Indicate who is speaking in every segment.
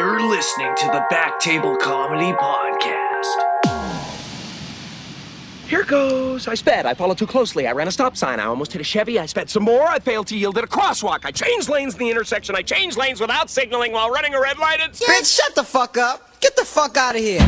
Speaker 1: listening to the Back Table Comedy Podcast. Here goes. I sped. I followed too closely. I ran a stop sign. I almost hit a Chevy. I sped some more. I failed to yield at a crosswalk. I changed lanes in the intersection. I changed lanes without signaling while running a red light. And
Speaker 2: Bitch, shut the fuck up. Get the fuck out of here.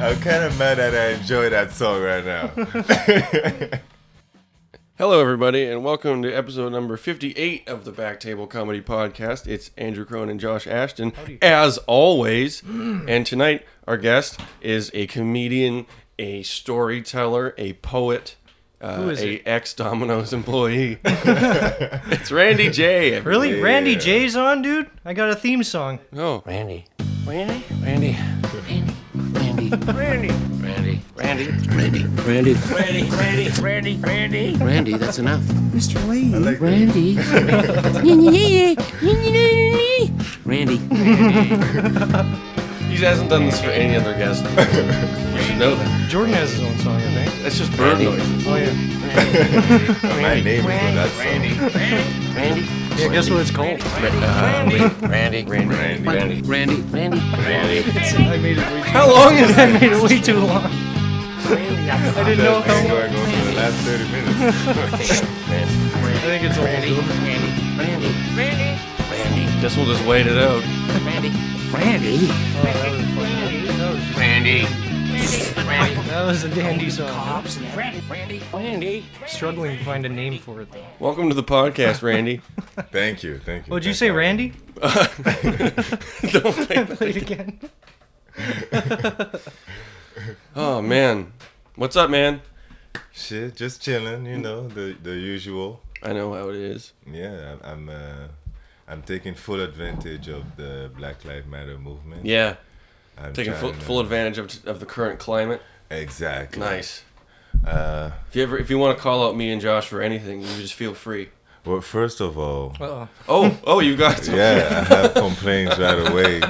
Speaker 3: I'm kind of mad that I enjoy that song right now.
Speaker 4: Hello, everybody, and welcome to episode number 58 of the Back Table Comedy Podcast. It's Andrew Crone and Josh Ashton, as always. and tonight, our guest is a comedian, a storyteller, a poet, uh, a ex Domino's employee. it's Randy J. everybody.
Speaker 5: Really? Randy J's on, dude? I got a theme song.
Speaker 4: Oh,
Speaker 6: Randy. Randy? Randy. Randy. Randy. Randy. Randy. Randy. Randy. Randy. Randy. Randy. Randy. Randy. That's enough. Mr. Lee. Randy. Randy.
Speaker 4: he hasn't done this for any other guest. you should know that.
Speaker 5: Jordan has his own song, I think.
Speaker 4: That's just bird noise.
Speaker 5: Oh yeah.
Speaker 3: My name is on that song.
Speaker 6: Randy.
Speaker 5: Yeah, guess what it's called?
Speaker 6: Randy. Randy. Randy. Randy. Randy. Randy.
Speaker 5: I made it way too
Speaker 4: How long is
Speaker 5: I
Speaker 4: that?
Speaker 5: made it way too long. I didn't know
Speaker 3: That's
Speaker 5: how
Speaker 3: been
Speaker 5: long.
Speaker 3: going on for the last 30 minutes.
Speaker 5: I think it's a little over.
Speaker 6: Randy. Randy. Randy.
Speaker 4: Guess we'll just wait it out.
Speaker 6: Randy. Randy. Randy.
Speaker 5: That was a dandy song.
Speaker 6: Randy. Randy. Randy.
Speaker 5: Struggling to find a name for it though.
Speaker 4: Welcome to the podcast, Randy.
Speaker 3: Thank you, thank you.
Speaker 5: Would you
Speaker 3: thank
Speaker 5: say Randy?
Speaker 4: Don't think
Speaker 5: Play it again.
Speaker 4: Oh man, what's up, man?
Speaker 3: Shit, just chilling, you know, the the usual.
Speaker 4: I know how it is.
Speaker 3: Yeah, I'm I'm, uh, I'm taking full advantage of the Black Lives Matter movement.
Speaker 4: Yeah,
Speaker 3: I'm
Speaker 4: taking full,
Speaker 3: trying to-
Speaker 4: full advantage of, of the current climate.
Speaker 3: Exactly.
Speaker 4: Nice.
Speaker 3: Uh,
Speaker 4: If you ever, if you want to call out me and Josh for anything, you just feel free.
Speaker 3: well, first of all,
Speaker 5: Uh-oh.
Speaker 4: Oh, oh, you got to.
Speaker 3: yeah, I have complaints right away.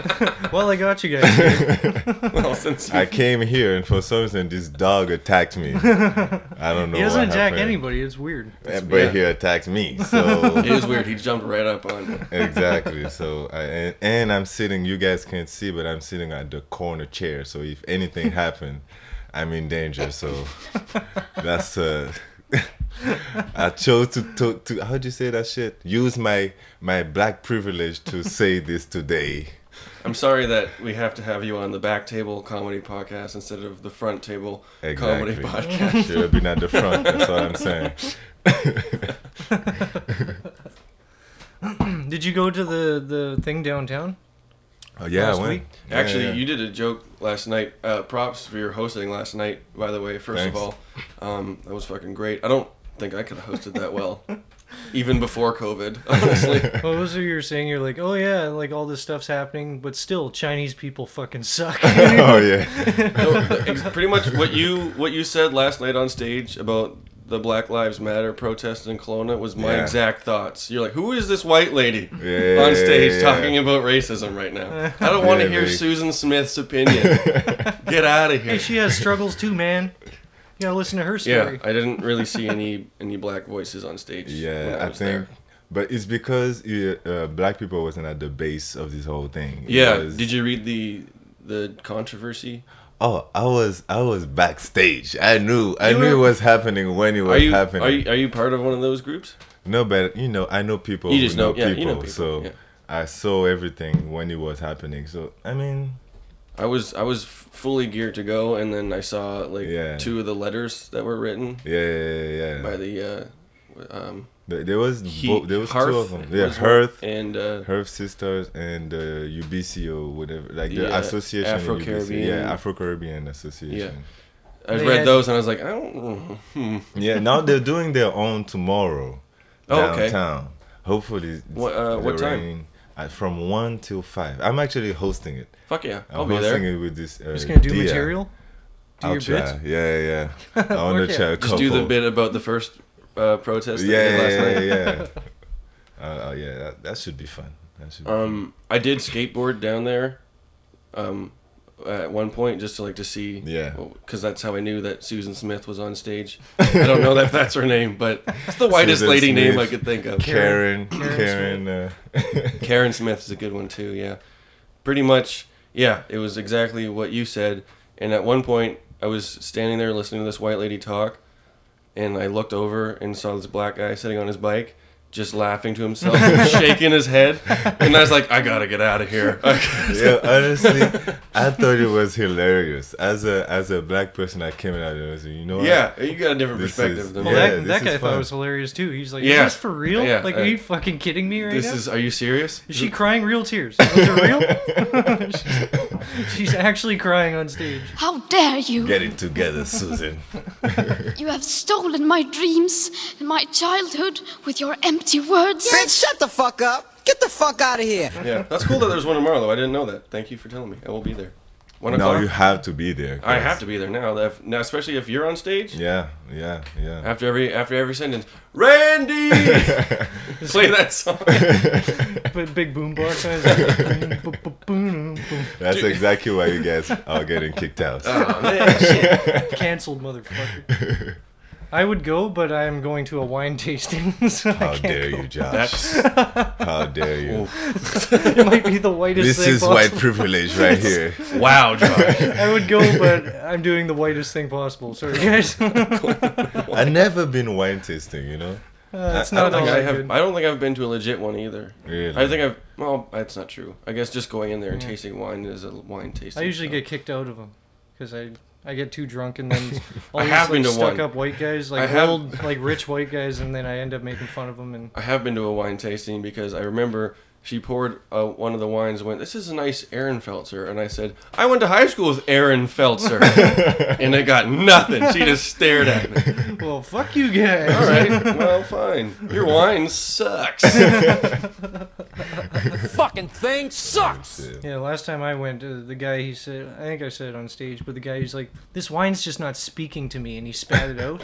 Speaker 5: Well, I got you guys.
Speaker 4: Well, since you,
Speaker 3: I came here and for some reason this dog attacked me. I don't know.
Speaker 5: He doesn't
Speaker 3: what
Speaker 5: attack
Speaker 3: happened.
Speaker 5: anybody. It's weird.
Speaker 3: Uh, But
Speaker 4: yeah.
Speaker 3: he attacked me. So
Speaker 4: it is weird. He jumped right up on. me.
Speaker 3: exactly. So I, and, and I'm sitting. You guys can't see, but I'm sitting at the corner chair. So if anything happened, I'm in danger. So that's uh, I chose to, to to how'd you say that shit? Use my my black privilege to say this today.
Speaker 4: I'm sorry that we have to have you on the back table comedy podcast instead of the front table
Speaker 3: Exactly.
Speaker 4: comedy podcast.
Speaker 3: Should have been at the front. That's what I'm saying.
Speaker 5: Did you go to the the thing downtown?
Speaker 3: Oh yeah,
Speaker 5: Last
Speaker 3: I went.
Speaker 5: week?
Speaker 3: Yeah,
Speaker 4: Actually,
Speaker 3: yeah.
Speaker 4: you did a joke last night. Uh, props for your hosting last night, by the way. First
Speaker 3: Thanks.
Speaker 4: of all, um, that was fucking great. I don't think I could have hosted that well, even before COVID. Honestly,
Speaker 5: What was it you were saying? You're like, oh yeah, like all this stuff's happening, but still, Chinese people fucking suck.
Speaker 3: oh yeah.
Speaker 4: No, ex- pretty much what you what you said last night on stage about the Black Lives Matter protest in Kelowna was my
Speaker 3: Yeah.
Speaker 4: exact thoughts. You're like, who is this white lady
Speaker 3: Yeah,
Speaker 4: on stage
Speaker 3: yeah, yeah.
Speaker 4: talking about racism right now? I don't want to
Speaker 3: Yeah,
Speaker 4: hear
Speaker 3: they-
Speaker 4: Susan Smith's opinion. Get out of here.
Speaker 5: Hey, she has struggles too, man. You gotta listen to her
Speaker 4: Yeah,
Speaker 5: story.
Speaker 4: I didn't really see any any black voices on stage. when
Speaker 3: Yeah, I,
Speaker 4: was
Speaker 3: think,
Speaker 4: there.
Speaker 3: but it's because yeah, uh, black people wasn't at the base of this whole thing. It
Speaker 4: Yeah,
Speaker 3: was-
Speaker 4: did you read the the controversy?
Speaker 3: Oh, I was, I was backstage. I knew, I
Speaker 4: You
Speaker 3: knew
Speaker 4: were-
Speaker 3: it was happening when it
Speaker 4: Are
Speaker 3: was
Speaker 4: you,
Speaker 3: happening.
Speaker 4: are you are you part of one of those groups?
Speaker 3: no, but you know, I know people.
Speaker 4: You
Speaker 3: who
Speaker 4: just know- yeah, you know people,
Speaker 3: So
Speaker 4: yeah.
Speaker 3: I saw everything when it was happening. So I mean,
Speaker 4: I was I was f- fully geared to go, and then I saw like
Speaker 3: Yeah.
Speaker 4: two of the letters that were written
Speaker 3: yeah, yeah, yeah.
Speaker 4: by the uh, um,
Speaker 3: There- there was
Speaker 4: he,
Speaker 3: bo- there was
Speaker 4: Hearth
Speaker 3: two of them. Yeah,
Speaker 4: was one,
Speaker 3: Hearth,
Speaker 4: and uh,
Speaker 3: Hearth Sisters, and uh, UBCO, whatever, like the
Speaker 4: Yeah,
Speaker 3: association. in UBC.
Speaker 4: Afro-Caribbean.
Speaker 3: Yeah, Afro Caribbean Association.
Speaker 4: I
Speaker 5: They
Speaker 4: read
Speaker 5: had-
Speaker 4: those, and I was like, I don't. Hmm.
Speaker 3: Yeah. now they're doing their own tomorrow
Speaker 4: Oh, okay.
Speaker 3: downtown. Hopefully,
Speaker 4: What, uh,
Speaker 3: the
Speaker 4: what time?
Speaker 3: rain- uh, from one till five. I'm actually hosting it.
Speaker 4: Fuck yeah,
Speaker 3: I'm
Speaker 4: I'll be
Speaker 3: hosting
Speaker 4: there.
Speaker 3: it with this. Uh,
Speaker 5: Just gonna do
Speaker 3: Dia.
Speaker 5: material. Do
Speaker 3: I'll
Speaker 5: your
Speaker 3: try.
Speaker 5: bits.
Speaker 3: Yeah, yeah. I want
Speaker 5: Work
Speaker 3: to
Speaker 5: it.
Speaker 3: try a
Speaker 4: Just do the
Speaker 3: couple.
Speaker 4: bit about the first uh, protest that
Speaker 3: Yeah,
Speaker 4: we did last
Speaker 3: yeah,
Speaker 4: night.
Speaker 3: yeah. yeah. uh, uh, yeah, that, that should be fun. That should be
Speaker 4: Um, I did skateboard down there, um, at one point just to like to see.
Speaker 3: Yeah.
Speaker 4: Because that's how I knew that Susan Smith was on stage. I don't know if that's her name, but it's the whitest
Speaker 3: Susan
Speaker 4: lady name I
Speaker 3: Smith.
Speaker 4: could think of.
Speaker 3: Karen, Karen, uh,
Speaker 4: Karen Smith is a good one too. Yeah, pretty much. Yeah, it was exactly what you said. And at one point, I was standing there listening to this white lady talk, and I looked over and saw this black guy sitting on his bike, just laughing to himself, and shaking his head. And I was like, I gotta get out of here.
Speaker 3: uh, yeah, honestly, I thought it was hilarious. As a as a black person, I came out and I was like, you know, what?
Speaker 4: yeah, you got a different
Speaker 3: This
Speaker 4: perspective
Speaker 3: is-
Speaker 4: than
Speaker 5: Well,
Speaker 4: me.
Speaker 3: Yeah,
Speaker 5: that,
Speaker 3: this
Speaker 5: that
Speaker 3: is
Speaker 5: guy thought
Speaker 3: fun.
Speaker 5: it was hilarious too. He's like,
Speaker 4: Yeah.
Speaker 5: "Is this for real?
Speaker 4: Yeah,
Speaker 5: like,
Speaker 4: uh,
Speaker 5: are you fucking kidding me right
Speaker 4: This
Speaker 5: now?
Speaker 4: is. Are you serious?
Speaker 5: is she crying real tears? Is it real? she's, she's actually crying on stage.
Speaker 7: How dare you!
Speaker 3: Get it together, Susan.
Speaker 7: You have stolen my dreams and my childhood with your empty words.
Speaker 2: Bitch, shut the fuck up. Get the fuck out of here.
Speaker 4: Yeah, that's cool that there's one tomorrow though. I didn't know that. Thank you for telling me. I will be there. One
Speaker 3: no,
Speaker 4: o'clock.
Speaker 3: you have to be there.
Speaker 4: I have to be there now. If- now, especially if you're on stage.
Speaker 3: Yeah, yeah,
Speaker 5: Uh,
Speaker 3: yeah.
Speaker 4: After every after every sentence, Randy, play that song.
Speaker 5: But big boombox. and it's like, boom, boom, boom, boom, boom.
Speaker 3: That's exactly why you guys are getting kicked out.
Speaker 5: Oh,
Speaker 4: Oh,
Speaker 5: Cancelled, motherfucker. I would go, but I am going to a wine tasting, so
Speaker 3: How
Speaker 5: I
Speaker 4: Oh,
Speaker 5: can't.
Speaker 3: dare you, Josh?
Speaker 4: That's
Speaker 3: How dare you?
Speaker 5: It might be the whitest
Speaker 3: this
Speaker 5: thing
Speaker 3: is white
Speaker 5: possible.
Speaker 3: privilege right here.
Speaker 4: wow, Josh.
Speaker 5: I would go, but I'm doing the whitest thing possible. Sorry, guys.
Speaker 3: i never been wine tasting, you know?
Speaker 5: That's
Speaker 4: I
Speaker 5: not
Speaker 4: don't think
Speaker 5: all
Speaker 4: I
Speaker 5: I
Speaker 4: have.
Speaker 5: have.
Speaker 4: I don't think I've been to a legit one either.
Speaker 3: Really?
Speaker 4: I think I've. Well, that's not true. I guess just going in there and tasting wine is a wine tasting.
Speaker 5: I usually
Speaker 4: so.
Speaker 5: get kicked out of them because I I get too drunk and then all
Speaker 4: I
Speaker 5: these
Speaker 4: have been
Speaker 5: like,
Speaker 4: to one.
Speaker 5: stuck up white guys,
Speaker 4: I
Speaker 5: like
Speaker 4: have-
Speaker 5: old like rich white guys, and then I end up making fun of them. And
Speaker 4: I have been to a wine tasting because I remember she poured uh, one of the wines. and Went, this is a nice Ehrenfelzer, and I said, I went to high school with Ehrenfelzer, and I got nothing. She just stared at me.
Speaker 5: well, fuck you guys.
Speaker 4: All right, well, fine. Your wine sucks.
Speaker 5: Yeah, last time I went, uh, the guy he said, I think I said it on stage, but the guy he's like, "This wine's just not speaking to me," and he spat it out.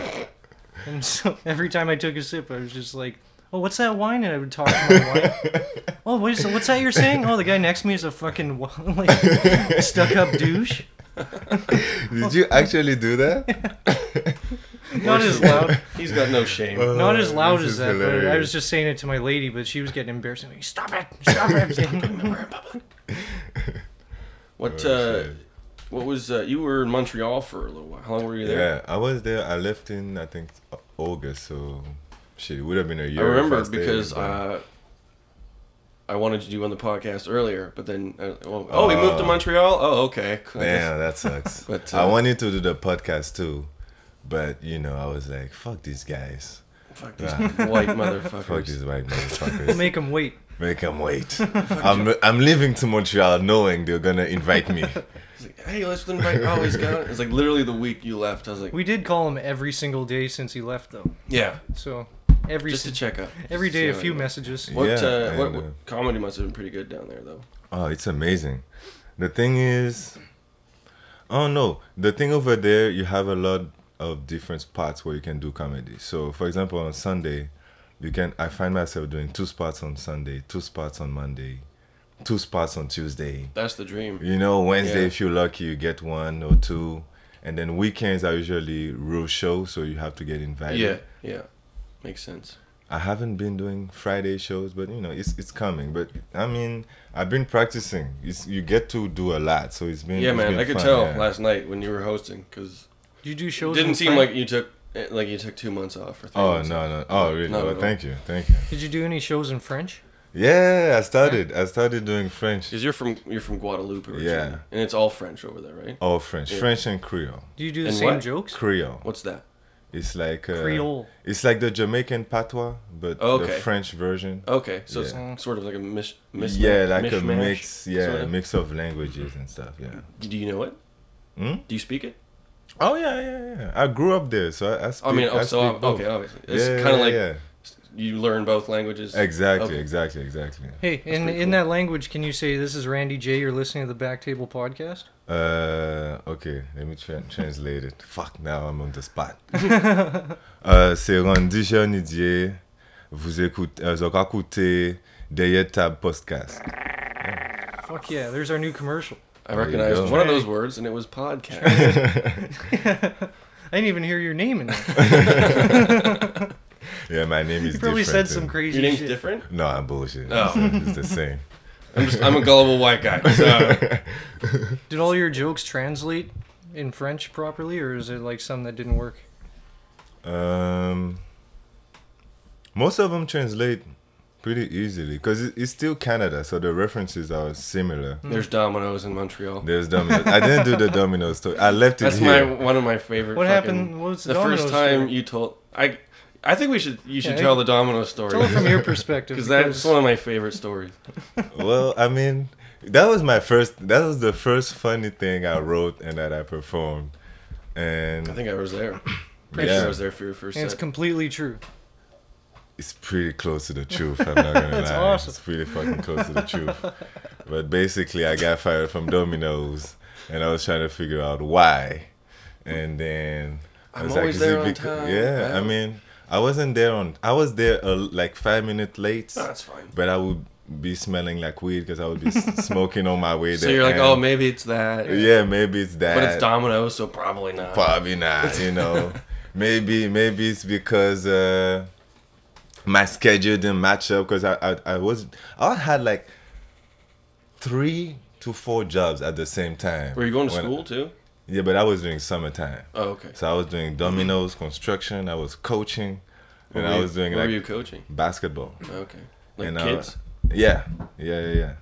Speaker 5: and so every time I took a sip, I was just like, "Oh, what's that wine?" And I would talk to my wine. oh, wait, so what's that you're saying? Oh, the guy next to me is a fucking wa- like stuck up douche.
Speaker 3: Did you actually do that?
Speaker 5: Not as loud,
Speaker 4: He's got no shame.
Speaker 5: not as loud
Speaker 3: Oh, Uh, This
Speaker 5: as
Speaker 3: is
Speaker 5: that. But I
Speaker 3: hilarious.
Speaker 5: was just saying it to my lady, but she was getting embarrassed. Like, Stop it! Stop it!
Speaker 4: What uh, what was uh, you were in Montreal for a little while? How long were you there?
Speaker 3: Yeah, I was there. I left in I think August, so shit, it would have been a
Speaker 4: I
Speaker 3: year. if
Speaker 4: remember
Speaker 3: stayed,
Speaker 4: because
Speaker 3: but-
Speaker 4: uh, I wanted to do on the podcast earlier, but then uh, well, oh, we moved to Montreal. Oh, okay. I guess-
Speaker 3: Damn, that sucks.
Speaker 4: But,
Speaker 3: I
Speaker 4: uh,
Speaker 3: wanted to do the podcast too, but you know, I was like, fuck these guys.
Speaker 4: Fuck these white motherfuckers.
Speaker 3: Fuck these white motherfuckers.
Speaker 5: Make him wait.
Speaker 3: Make them wait. I'm I'm leaving to Montreal knowing they're gonna invite me.
Speaker 4: Hey, let's invite. Oh, he's gone. It's like literally the week you left. I was like,
Speaker 5: We did call him every single day since he left, though.
Speaker 4: yeah,
Speaker 5: So every
Speaker 4: just to
Speaker 5: si-
Speaker 4: check up.
Speaker 5: every
Speaker 4: Just to
Speaker 5: day
Speaker 4: see
Speaker 5: a
Speaker 4: how
Speaker 5: few
Speaker 4: it went.
Speaker 5: messages.
Speaker 4: What,
Speaker 3: Yeah,
Speaker 4: uh, what,
Speaker 3: and, uh,
Speaker 4: what comedy must have been pretty good down there though.
Speaker 3: Oh, it's amazing. The thing is, I don't know. The thing over there, you have a lot of different spots where you can do comedy. So, for example, on Sunday, you can. I find myself doing two spots on Sunday, two spots on Monday, two spots on Tuesday.
Speaker 4: That's the dream.
Speaker 3: You know, Wednesday,
Speaker 4: Yeah.
Speaker 3: if you're lucky, you get one or two. And then weekends are usually real show, so you have to get invited.
Speaker 4: Yeah, yeah, makes sense.
Speaker 3: I haven't been doing Friday shows, but you know, it's it's coming. But I mean, I've been practicing. It's, you get to do a lot, so it's been
Speaker 4: Yeah,
Speaker 3: it's
Speaker 4: man,
Speaker 3: been
Speaker 4: I could
Speaker 3: fun,
Speaker 4: tell
Speaker 3: yeah.
Speaker 4: last night when you were hosting because
Speaker 5: Did you do shows?
Speaker 4: didn't
Speaker 5: in
Speaker 4: seem
Speaker 5: Fran-
Speaker 4: like you took eh, like you took two months off or three
Speaker 3: Oh
Speaker 4: months
Speaker 3: no
Speaker 4: off.
Speaker 3: no oh really
Speaker 4: No,
Speaker 3: well,
Speaker 4: no.
Speaker 3: thank you thank you
Speaker 5: Did you do any shows in French?
Speaker 3: Yeah, I started. I started doing French.
Speaker 4: Because you're from you're from Guadeloupe originally,
Speaker 3: Yeah. Oh.
Speaker 4: and it's all French over there, right?
Speaker 3: All French, French and Creole.
Speaker 5: Do you do the
Speaker 4: And
Speaker 5: same
Speaker 4: what?
Speaker 5: jokes?
Speaker 3: Creole.
Speaker 4: What's that?
Speaker 3: It's like uh,
Speaker 5: Creole.
Speaker 3: It's like the Jamaican patois, but the
Speaker 4: Okay. Oh,
Speaker 3: French version.
Speaker 4: Okay, so
Speaker 3: Yeah.
Speaker 4: it's sort of like a mish, mish
Speaker 3: yeah, like a
Speaker 4: mishmash,
Speaker 3: mix. Yeah,
Speaker 4: sorta.
Speaker 3: mix of languages and stuff. Yeah.
Speaker 4: Do you know it?
Speaker 3: Hmm?
Speaker 4: Do you speak it?
Speaker 3: Oh yeah, yeah, yeah. I grew up there, so I, I speak.
Speaker 4: I mean, oh,
Speaker 3: I
Speaker 4: so
Speaker 3: speak
Speaker 4: ob-
Speaker 3: both.
Speaker 4: okay, obviously, it's
Speaker 3: Yeah,
Speaker 4: kind of
Speaker 3: yeah,
Speaker 4: like
Speaker 3: yeah.
Speaker 4: you learn both languages.
Speaker 3: Exactly,
Speaker 4: Okay.
Speaker 3: exactly, exactly.
Speaker 5: Hey, in in that language, can you say this is Randy J? You're listening to the Back Table Podcast.
Speaker 3: Euh, ok, let me tra- translate it. Fuck, now I'm on the spot. Euh, c'est Randy Chernidier. Vous écoutez, euh, vous écoutez Derrière Tab Podcast.
Speaker 5: Fuck yeah! There's our new commercial.
Speaker 4: I
Speaker 3: you
Speaker 4: recognized
Speaker 3: go.
Speaker 4: one of those words, and it was podcast.
Speaker 5: I didn't even hear your name in there.
Speaker 3: Yeah, my name is
Speaker 5: You probably
Speaker 3: different.
Speaker 5: said some
Speaker 3: too.
Speaker 5: crazy
Speaker 4: Your name's
Speaker 5: shit.
Speaker 4: different.
Speaker 3: No, I'm bullshit.
Speaker 4: Oh.
Speaker 3: It's the same.
Speaker 4: I'm just I'm a gullible white guy. So
Speaker 5: Did all your jokes translate in French properly, or is it like some that didn't work?
Speaker 3: Um, most of them translate pretty easily because it, it's still Canada, so the references are similar.
Speaker 5: Mm.
Speaker 4: there's Domino's in Montreal.
Speaker 3: There's Domino's. I didn't do the Domino story. I left it
Speaker 4: That's my
Speaker 3: here.
Speaker 4: one of my favorite.
Speaker 5: What
Speaker 4: fucking-
Speaker 5: happened- what was the
Speaker 4: the first
Speaker 5: Domino's
Speaker 4: time
Speaker 5: story?
Speaker 4: you told? I I think we should you should
Speaker 5: Yeah,
Speaker 4: tell the Domino story.
Speaker 5: Tell it from your perspective.
Speaker 4: because that's one of my favorite stories.
Speaker 3: Well, I mean, that was my first. That was the first funny thing I wrote and that I performed. And
Speaker 4: I think I was there. Pretty
Speaker 3: Yeah.
Speaker 4: sure I was there for your first
Speaker 5: and it's
Speaker 4: set.
Speaker 5: completely true.
Speaker 3: it's pretty close to the truth. I'm not gonna lie.
Speaker 5: awesome.
Speaker 3: It's pretty fucking close to the truth. But basically, I got fired from Domino's, and I was trying to figure out why. And then I
Speaker 4: I'm
Speaker 3: was
Speaker 4: always
Speaker 3: "Is it
Speaker 4: there on
Speaker 3: becau-"
Speaker 4: time.
Speaker 3: Yeah, I
Speaker 4: Yeah.
Speaker 3: mean, I wasn't there on. I was there uh, like five minutes late.
Speaker 4: That's fine.
Speaker 3: But I would be smelling like weed because I would be s- smoking on my way
Speaker 4: So
Speaker 3: there.
Speaker 4: you're like,
Speaker 3: and-
Speaker 4: oh, maybe it's that.
Speaker 3: Yeah, maybe it's that.
Speaker 4: But it's Domino's, so probably not.
Speaker 3: Probably not, you know. maybe maybe it's because uh my schedule didn't match up because I, I I was I had like three to four jobs at the same time.
Speaker 4: Were you going to
Speaker 3: When-
Speaker 4: school too?
Speaker 3: Yeah, but I was doing summertime.
Speaker 4: Oh, okay.
Speaker 3: So I was doing dominoes, construction, I was coaching, and I
Speaker 4: Were you-
Speaker 3: was doing
Speaker 4: what
Speaker 3: like
Speaker 4: were you coaching?
Speaker 3: basketball.
Speaker 4: Okay. Like
Speaker 3: and uh, I-
Speaker 4: kids.
Speaker 3: yeah, yeah, yeah, yeah.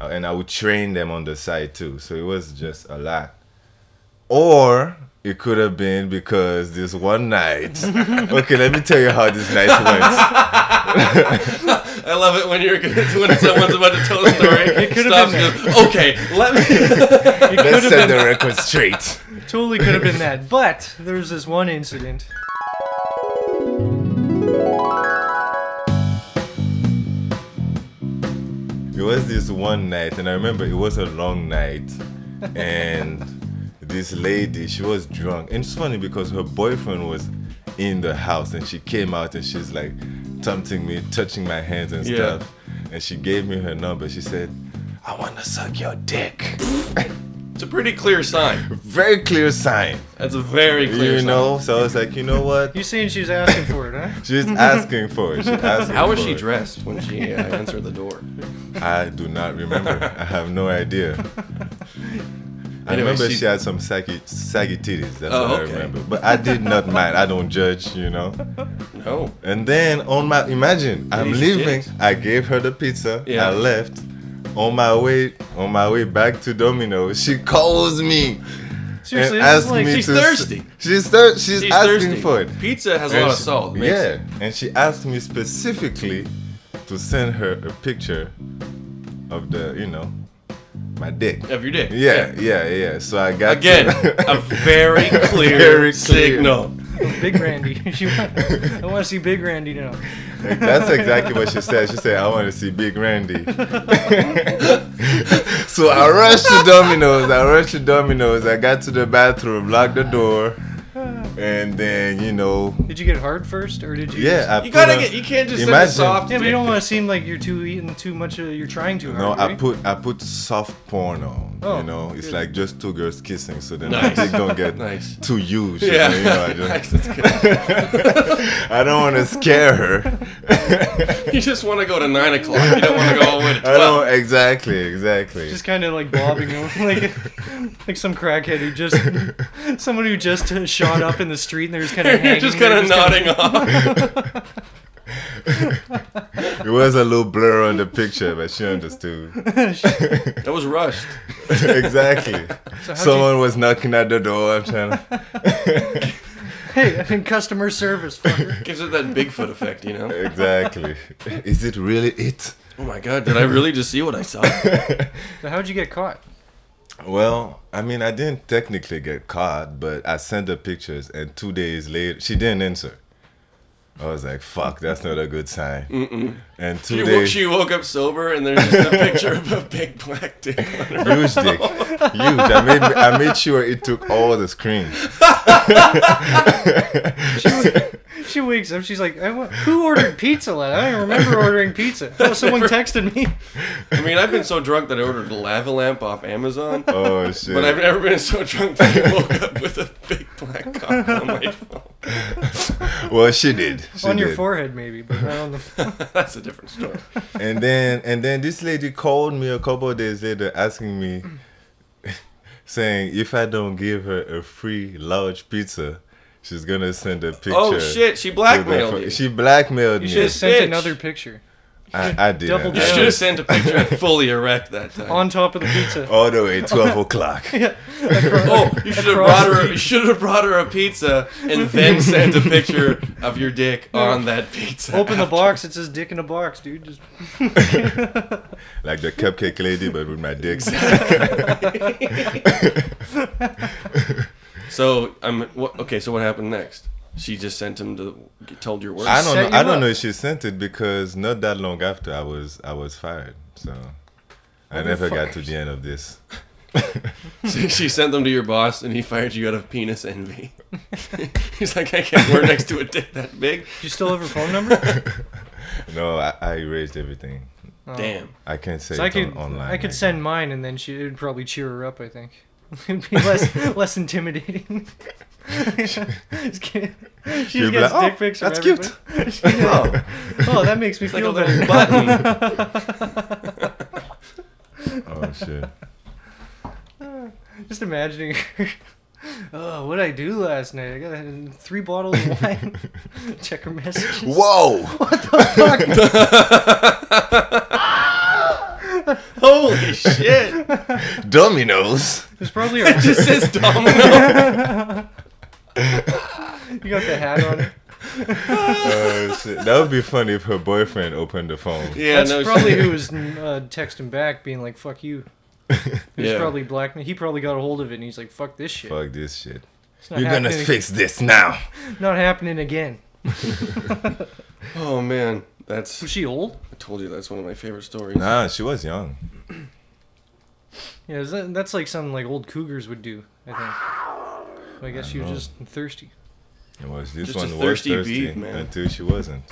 Speaker 3: Uh, And I would train them on the side too. So it was just a lot. Or it could have been because this one night. okay, let me tell you how this night went.
Speaker 4: I love it when you're when someone's about to tell a story. It
Speaker 5: could've
Speaker 4: stops
Speaker 5: been
Speaker 4: and goes, okay, let me.
Speaker 5: It could
Speaker 3: Let's
Speaker 5: have
Speaker 3: set
Speaker 5: been
Speaker 3: the record straight.
Speaker 5: totally could have been that, but there was this one incident.
Speaker 3: It was this one night, and I remember it was a long night. And this lady, she was drunk. And it's funny because her boyfriend was in the house, and she came out and she's like tempting me, touching my hands and
Speaker 4: Yeah.
Speaker 3: stuff. And she gave me her number. She said, I want to suck your dick.
Speaker 4: It's a pretty clear sign.
Speaker 3: Very clear sign.
Speaker 4: That's a very clear
Speaker 3: you
Speaker 4: sign.
Speaker 3: know? So I was like, you know what?
Speaker 5: You saying she was asking for it, huh?
Speaker 3: She's asking for it. She's asking
Speaker 4: How was
Speaker 3: for
Speaker 4: she
Speaker 3: it.
Speaker 4: dressed when she uh, answered the door?
Speaker 3: I do not remember. I have no idea. I
Speaker 4: Anyway,
Speaker 3: remember
Speaker 4: she-
Speaker 3: she, had some saggy, saggy titties. That's
Speaker 4: Oh,
Speaker 3: what
Speaker 4: okay.
Speaker 3: I remember. But I did not mind. I don't judge, you know.
Speaker 4: No.
Speaker 3: And then on my imagine, I'm
Speaker 4: Ladies
Speaker 3: leaving.
Speaker 4: dicks.
Speaker 3: I gave her the pizza.
Speaker 4: Yeah.
Speaker 3: I left. On my way, on my way back to Domino, she calls me
Speaker 5: Seriously,
Speaker 3: and
Speaker 5: this
Speaker 3: asks
Speaker 5: is like
Speaker 3: me
Speaker 4: She's
Speaker 3: to. s-
Speaker 4: thirsty.
Speaker 3: She's thir- She's,
Speaker 4: She's
Speaker 3: asking
Speaker 4: thirsty.
Speaker 3: for it.
Speaker 4: Pizza has a lot of
Speaker 3: she-
Speaker 4: salt. Makes
Speaker 3: Yeah,
Speaker 4: it.
Speaker 3: and she asked me specifically to send her a picture of the, you know, my dick.
Speaker 4: Of your dick.
Speaker 3: Yeah, yeah, yeah. So I got
Speaker 4: Again,
Speaker 3: to-
Speaker 4: a very clear,
Speaker 3: Very clear.
Speaker 4: signal.
Speaker 5: Big Randy. She want, I want to see Big Randy now.
Speaker 3: that's exactly what she said. She said, "I want to see Big Randy." so I rushed to Domino's. I rushed to Domino's. I got to the bathroom, locked the door, and then you know,
Speaker 5: Did you get hard first, or did you? just-
Speaker 3: yeah, I
Speaker 4: You gotta
Speaker 3: put a-
Speaker 4: get. You can't just
Speaker 3: Imagine.
Speaker 4: send a soft.
Speaker 5: Yeah, but
Speaker 4: dick
Speaker 5: you don't
Speaker 4: pic.
Speaker 5: want to seem like you're too eating too much. Of, you're trying too
Speaker 3: No,
Speaker 5: hard.
Speaker 3: I
Speaker 5: right?
Speaker 3: put I put soft porn on.
Speaker 5: Oh,
Speaker 3: you know, it's
Speaker 5: good.
Speaker 3: like just two girls kissing, so then
Speaker 4: Nice.
Speaker 3: my dick don't get
Speaker 4: Nice.
Speaker 3: too huge.
Speaker 4: Yeah.
Speaker 3: You know, I,
Speaker 4: Nice,
Speaker 3: just,
Speaker 4: that's good.
Speaker 3: I don't want to scare her.
Speaker 4: you just want to go to nine o'clock. You don't want to go all the way to
Speaker 3: I
Speaker 4: twelve.
Speaker 3: don't exactly, exactly.
Speaker 5: Just kind of like bobbing over, like like some crackhead who just someone who just uh, shot up in the street and they're just kind of
Speaker 4: You're just kind of nodding off.
Speaker 3: It was a little blur on the picture, but she understood.
Speaker 4: That was rushed.
Speaker 3: exactly. Someone was knocking at the door. I'm trying to.
Speaker 5: Hey, I'm in customer service, fucker.
Speaker 4: Gives it that Bigfoot effect, you know?
Speaker 3: Exactly. Is it really it?
Speaker 4: Oh my god, did I really just see what I saw?
Speaker 5: So how'd you get caught?
Speaker 3: Well, I mean, I didn't technically get caught, but I sent her pictures, and two days later, she didn't answer. I was like, "Fuck, that's not a good sign." And two
Speaker 4: She woke,
Speaker 3: days,
Speaker 4: she woke up sober and there's just a picture of a big black dick on her.
Speaker 3: huge dick, huge. I made, I made sure it took all the screen.
Speaker 5: She wakes up. She's like, I wa- "Who ordered pizza? Last? I don't remember ordering pizza. Oh, someone texted me."
Speaker 4: I mean, I've been so drunk that I ordered a lava lamp off Amazon,
Speaker 3: Oh shit!
Speaker 4: but I've never been so drunk that I woke up with a big black cock on my phone.
Speaker 3: well, she did. She
Speaker 5: on your
Speaker 3: did.
Speaker 5: forehead, maybe, but not on the.
Speaker 4: That's a different story.
Speaker 3: and then and then this lady called me a couple of days later asking me saying if i don't give her a free large pizza she's gonna send a picture
Speaker 4: Oh shit, she
Speaker 3: to the
Speaker 4: blackmailed
Speaker 3: fo-
Speaker 4: you.
Speaker 3: she blackmailed
Speaker 5: Should
Speaker 3: me
Speaker 5: have sent
Speaker 4: bitch.
Speaker 5: another picture
Speaker 3: i, I did
Speaker 5: double
Speaker 4: You
Speaker 5: down.
Speaker 3: that.
Speaker 4: should have sent a picture of fully erect that time.
Speaker 5: on top of the pizza.
Speaker 3: all the way 12 o'clock
Speaker 4: oh, you should have brought her. You should have brought her a pizza and then sent a picture of your dick on that pizza.
Speaker 5: Open the box. It says "dick in a box," dude. Just
Speaker 3: like the cupcake lady but with my dick
Speaker 4: So I'm what, okay. So what happened next? She just sent him to told your work.
Speaker 3: i don't
Speaker 5: Set
Speaker 3: know i
Speaker 5: you
Speaker 3: don't
Speaker 5: up.
Speaker 3: know if she sent it because not that long after i was i was fired so i never got to the end of this
Speaker 4: she sent them to your boss, and he fired you out of penis envy. He's like, I can't work next to a dick that big.
Speaker 5: you still have her phone number?
Speaker 3: no i, I erased everything
Speaker 5: Oh.
Speaker 4: Damn.
Speaker 3: i can't say it
Speaker 5: I
Speaker 3: on-
Speaker 5: could
Speaker 3: online
Speaker 5: I could
Speaker 3: like
Speaker 5: send mine, and then she would probably cheer her up. I think it'd be less less intimidating. Just kidding. she
Speaker 3: She'd be
Speaker 5: just gets
Speaker 3: like, "Oh,
Speaker 5: dick pics.
Speaker 3: that's
Speaker 5: from everybody. She goes, oh, that makes me
Speaker 4: Like a
Speaker 5: feel better.
Speaker 4: little button.
Speaker 3: Oh shit.
Speaker 5: Just imagining her. Oh, what would I do last night? I got uh, three bottles of wine. Check her messages.
Speaker 3: Whoa!
Speaker 4: Holy shit!
Speaker 3: Dominoes.
Speaker 5: There's probably a, you
Speaker 4: This is domino.
Speaker 5: got the hat on.
Speaker 3: Oh, shit. That would be funny if her boyfriend opened the phone.
Speaker 4: Yeah,
Speaker 5: That's
Speaker 4: no
Speaker 5: probably
Speaker 4: shit.
Speaker 5: who was uh, texting back, being like, "Fuck you." It was
Speaker 4: Yeah.
Speaker 5: probably blackmail. He probably got a hold of it, and he's like, "Fuck this shit.
Speaker 3: Fuck this shit.
Speaker 5: It's not
Speaker 3: You're gonna
Speaker 5: happening-
Speaker 3: fix this now.
Speaker 5: Not happening again."
Speaker 4: Oh man, that's.
Speaker 5: Was she old?
Speaker 4: I told you that's one of my favorite stories.
Speaker 3: Nah, she was young.
Speaker 5: Yeah, is that, that's like something like old cougars would do. I think. But I guess she was just thirsty.
Speaker 3: It was this
Speaker 4: Just a
Speaker 3: one was
Speaker 4: thirsty
Speaker 3: thirsty,
Speaker 4: beat, man.
Speaker 3: until she wasn't.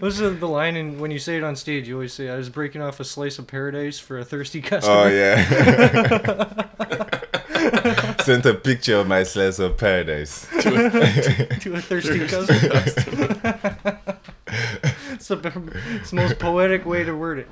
Speaker 5: What's the, the line? And when you say it on stage, you always say, "I was breaking off a slice of paradise for a thirsty customer."
Speaker 3: Oh yeah. Sent a picture of my slice of paradise.
Speaker 5: to a thirsty customer. it's, the, it's the most poetic way to word it.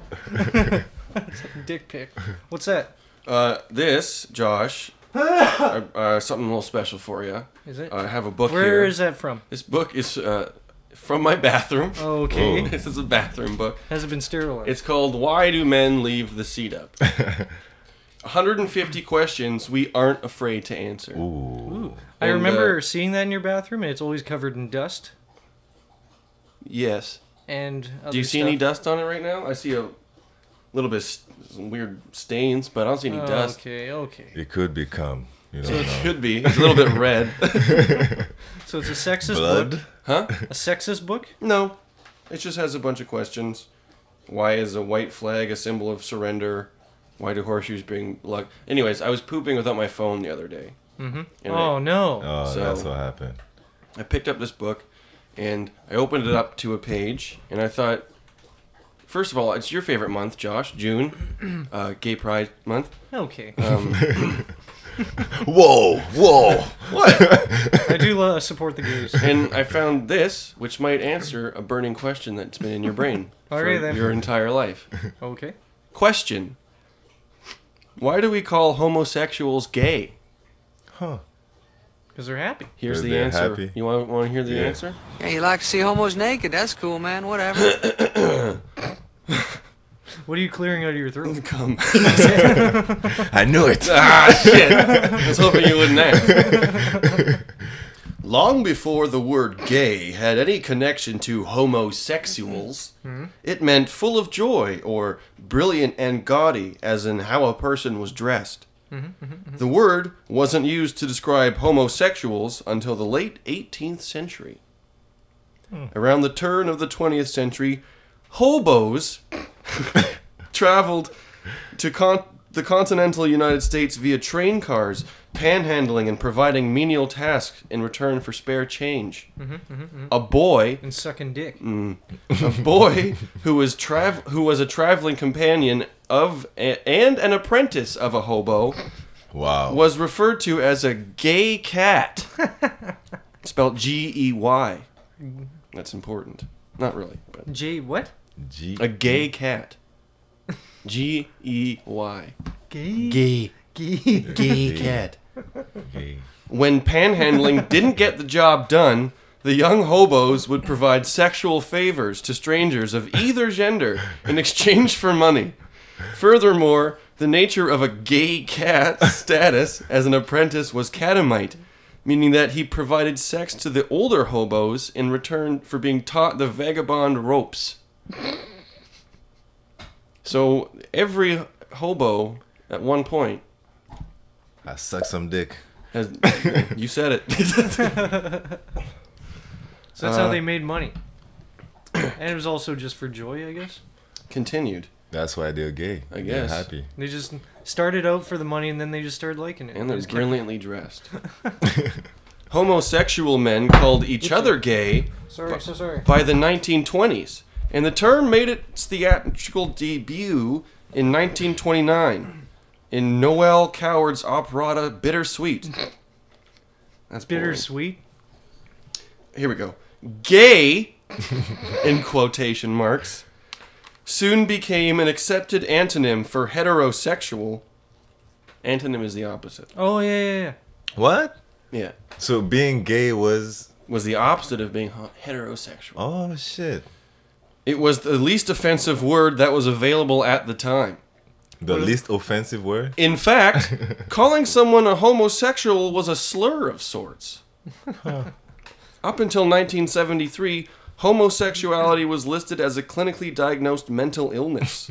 Speaker 5: It's like dick pic. What's that?
Speaker 4: Uh, this, Josh, uh, uh, something a little special for you.
Speaker 5: Is it?
Speaker 4: Uh, I have a book here.
Speaker 5: Where is that from?
Speaker 4: This book is uh, from my bathroom.
Speaker 5: Oh. Okay.
Speaker 4: This is a bathroom book.
Speaker 5: Has it been sterilized?
Speaker 4: It's called Why Do Men Leave the Seat Up? 150 questions we aren't afraid to answer.
Speaker 5: I
Speaker 4: and,
Speaker 5: remember
Speaker 4: uh,
Speaker 5: seeing that in your bathroom, and it's always covered in dust.
Speaker 4: Yes.
Speaker 5: And
Speaker 4: Do you see any dust on it right now? I see a little bit s some weird stains, but I don't see
Speaker 5: Oh,
Speaker 4: any dust.
Speaker 5: Okay, okay.
Speaker 3: It could become, you don't know,
Speaker 4: Could be. It's a little bit red.
Speaker 5: So it's a sexist
Speaker 3: blood.
Speaker 5: book. A sexist book?
Speaker 4: No. It just has a bunch of questions. Why is a white flag a symbol of surrender? Why do horseshoes bring luck? Anyways, I was pooping without my phone the other day. Mm-hmm. And
Speaker 5: Oh no.
Speaker 3: Oh,
Speaker 4: So-
Speaker 3: that's what happened.
Speaker 4: I, I picked up this book and I opened it up to a page and I thought, first of all, it's your favorite month, Josh, June, uh, Gay Pride Month.
Speaker 5: Okay.
Speaker 3: Oh.
Speaker 4: Um,
Speaker 3: Whoa, whoa.
Speaker 5: I do lo- support the gays.
Speaker 4: And I found this, which might answer a burning question that's been in your brain for
Speaker 5: Alright then.
Speaker 4: your entire life.
Speaker 5: Okay.
Speaker 4: Question. Why do we call homosexuals gay? Huh.
Speaker 5: because they're happy.
Speaker 4: Here's
Speaker 3: They're-
Speaker 4: the
Speaker 3: they're
Speaker 4: answer.
Speaker 3: happy.
Speaker 4: You want want to hear the
Speaker 3: Yeah.
Speaker 4: answer?
Speaker 2: Yeah, you like to see homos naked. That's cool, man. Whatever.
Speaker 5: What are you clearing out of your throat?
Speaker 4: Come.
Speaker 3: I knew it.
Speaker 4: ah, shit. I was hoping you wouldn't ask. Long before the word gay had any connection to homosexuals, it meant full of joy or brilliant and gaudy, as in how a person was dressed. The word wasn't used to describe homosexuals until the late 18th century. Around the turn of the 20th century, hobos traveled to con- the continental United States via train cars, panhandling and providing menial tasks in return for spare change. A boy,
Speaker 5: And sucking dick.
Speaker 4: a boy who was trav- who was a traveling companion of a- and an apprentice of a hobo,
Speaker 3: Wow.
Speaker 4: was referred to as a gay cat, spelled G E Y. That's important. Not really, but
Speaker 5: Gee, what?
Speaker 3: G-
Speaker 4: a gay cat. G E Y.
Speaker 5: Gee,
Speaker 4: Gay.
Speaker 5: gee.
Speaker 4: Gay cat.
Speaker 3: G-
Speaker 4: When panhandling didn't get the job done, the young hobos would provide sexual favors to strangers of either gender in exchange for money. Furthermore, the nature of a gay cat status as an apprentice was catamite, meaning that he provided sex to the older hobos in return for being taught the vagabond ropes. So every hobo at one point
Speaker 3: I suck some dick.
Speaker 4: has you said it.
Speaker 5: So that's how they made money. And it was also just for joy, I guess.
Speaker 4: continued.
Speaker 3: That's why they're gay.
Speaker 4: I
Speaker 3: They're
Speaker 4: guess.
Speaker 3: happy.
Speaker 5: They just started out for the money and then they just started liking it.
Speaker 4: And
Speaker 5: They
Speaker 4: they're
Speaker 5: just kept-
Speaker 4: brilliantly dressed. Homosexual men called each other gay
Speaker 5: Sorry, so sorry.
Speaker 4: by the 1920s, and the term made its theatrical debut in 1929 in Noel Coward's operetta Bittersweet. That's boring.
Speaker 5: Bittersweet.
Speaker 4: Here we go. Gay, in quotation marks, soon became an accepted antonym for heterosexual. Antonym is the opposite.
Speaker 5: Oh, yeah, yeah, yeah.
Speaker 3: What?
Speaker 4: Yeah.
Speaker 3: So being gay was
Speaker 4: was the opposite of being ho- heterosexual.
Speaker 3: oh shit.
Speaker 4: It was the least offensive word that was available at the time.
Speaker 3: The least offensive word?
Speaker 4: In fact, calling someone a homosexual was a slur of sorts. Up until 1973, homosexuality was listed as a clinically diagnosed mental illness.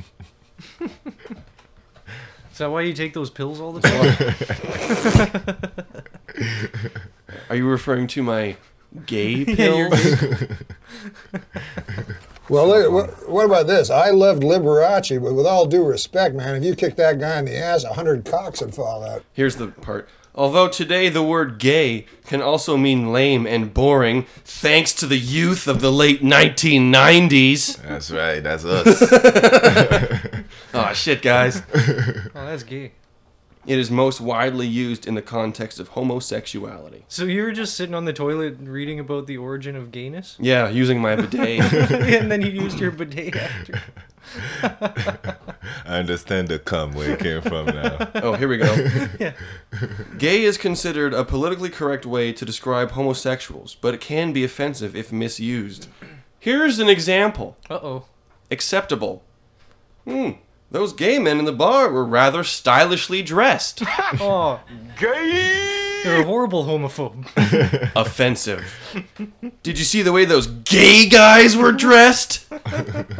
Speaker 5: Is that why you take those pills all the time?
Speaker 4: Are you referring to my gay
Speaker 5: Yeah, you're
Speaker 4: pills?
Speaker 8: Well, look, what, what about this? I loved Liberace, but with all due respect, man, if you kicked that guy in the ass, a hundred cocks would fall out.
Speaker 4: Here's the part. Although today the word gay can also mean lame and boring, thanks to the youth of the late 1990s.
Speaker 3: That's right, that's us.
Speaker 4: Oh shit, guys.
Speaker 5: oh, that's gay.
Speaker 4: It is most widely used in the context of homosexuality.
Speaker 5: So you were just sitting on the toilet reading about the origin of gayness?
Speaker 4: Yeah, using my bidet.
Speaker 5: and then you used your bidet after.
Speaker 3: I understand the cum where it came from now.
Speaker 4: oh, here we go. Gay is considered a politically correct way to describe homosexuals, but it can be offensive if misused. Here's an example.
Speaker 5: Uh oh.
Speaker 4: Acceptable. Hmm. Those gay men in the bar were rather stylishly dressed.
Speaker 5: Oh, they're a horrible homophobe.
Speaker 4: offensive. Did you see the way those gay guys were dressed?
Speaker 8: Oh,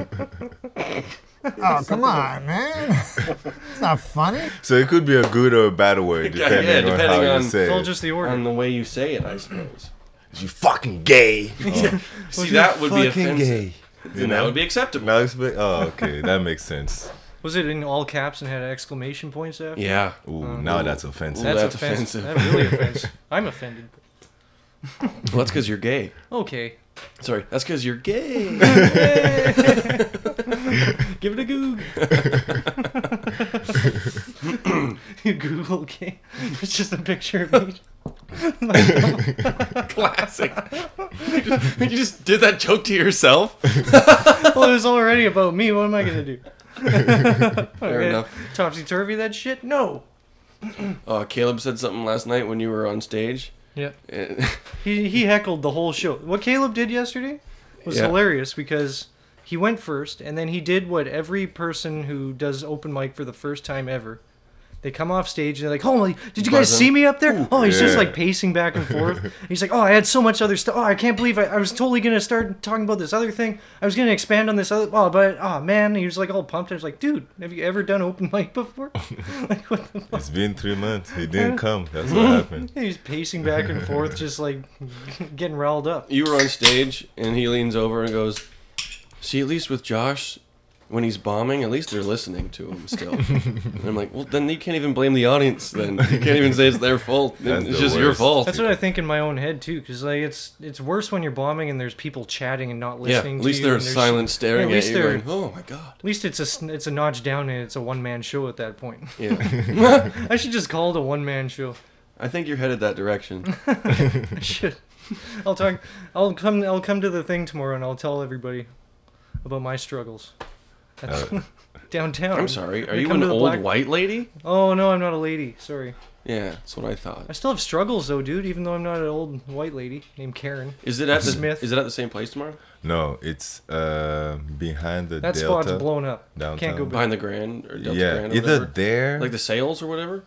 Speaker 8: come on, man. It's not funny.
Speaker 3: So it could be a good or a bad word
Speaker 4: Yeah,
Speaker 3: depending,
Speaker 4: yeah, depending
Speaker 3: on how
Speaker 4: on-
Speaker 3: you say
Speaker 5: It's all
Speaker 3: it.
Speaker 5: just the
Speaker 4: On
Speaker 5: order.
Speaker 4: the way you say it, I suppose.
Speaker 3: you fucking gay.
Speaker 4: See, that would be offensive.
Speaker 3: You
Speaker 4: That
Speaker 3: know?
Speaker 4: would be acceptable.
Speaker 3: Now it's be- oh okay, that makes sense.
Speaker 5: Was it in all caps and had exclamation points after?
Speaker 4: Yeah.
Speaker 3: Ooh, now that's offensive.
Speaker 4: Ooh, Oh, that's
Speaker 5: offense-
Speaker 4: offensive.
Speaker 5: That really offends. I'm offended.
Speaker 4: Well, that's because you're gay.
Speaker 5: Okay.
Speaker 4: Sorry, that's because you're gay.
Speaker 5: Give it a Google. Google gay. It's just a picture of me.
Speaker 4: Classic. You just- you just did that joke to yourself.
Speaker 5: Well, it was already about me. What am I gonna do?
Speaker 4: Fair enough.
Speaker 5: Topsy turvy that shit? No.
Speaker 4: Uh, Caleb said something last night when you were on stage.
Speaker 5: Yeah. He, he heckled the whole show. What Caleb did yesterday was
Speaker 4: Yeah.
Speaker 5: hilarious because he went first and then he did what every person who does open mic for the first time ever. They come off stage and they're like, "Holy, did you guys
Speaker 4: Buzzing.
Speaker 5: see me up there?" oh, he's just
Speaker 3: Yeah.
Speaker 5: like pacing back and forth. he's like, "Oh, I had so much other stuff. Oh, I can't believe I, I was totally gonna start talking about this other thing. I was gonna expand on this other. Oh, but oh man, he was like all pumped. I was like, "Dude, have you ever done open mic before?" like what the fuck?
Speaker 3: It's been three months. He didn't come. That's what happened.
Speaker 5: He's pacing back and forth, just like getting riled up.
Speaker 4: you were on stage and he leans over and goes, "See, at least with Josh, when he's bombing, at least they're listening to him still." and I'm like, "Well, then you can't even blame the audience. Then you can't even say it's their fault.
Speaker 3: That's
Speaker 4: it's
Speaker 3: the
Speaker 4: just your
Speaker 3: worst.
Speaker 4: fault."
Speaker 5: That's what I think in my own head too, because like it's it's worse when you're bombing and there's people chatting and not
Speaker 4: yeah,
Speaker 5: listening.
Speaker 4: at
Speaker 5: to
Speaker 4: least
Speaker 5: you,
Speaker 4: they're
Speaker 5: and there's-
Speaker 4: silent staring
Speaker 5: Yeah,
Speaker 4: at
Speaker 5: least
Speaker 4: you.
Speaker 5: they're-
Speaker 4: going, oh my god.
Speaker 5: At least it's a sn- it's a notch down and it's a one man show at that point.
Speaker 4: Yeah,
Speaker 5: I should just call it a one man show.
Speaker 4: I think you're headed that direction.
Speaker 5: I should. I'll talk. I'll come. I'll come to the thing tomorrow and I'll tell everybody about my struggles. That's downtown.
Speaker 4: Uh, I'm sorry. Are
Speaker 5: They
Speaker 4: you
Speaker 5: come
Speaker 4: an
Speaker 5: to the
Speaker 4: old
Speaker 5: black-
Speaker 4: white lady?
Speaker 5: Oh no, I'm not a lady. Sorry.
Speaker 4: Yeah, that's what I
Speaker 5: I
Speaker 4: thought.
Speaker 5: still have struggles though, dude. Even though I'm not an old white lady named Karen.
Speaker 4: Is it at the
Speaker 5: Smith.
Speaker 4: Is it at the same place tomorrow?
Speaker 3: No, it's uh, behind the
Speaker 5: That
Speaker 3: Delta.
Speaker 5: spot's blown up. Can't go
Speaker 3: downtown.
Speaker 5: back.
Speaker 4: Behind the Grand or Delta
Speaker 3: yeah,
Speaker 4: Grand? Or
Speaker 3: either
Speaker 4: whatever?
Speaker 3: there,
Speaker 4: like the sales or whatever.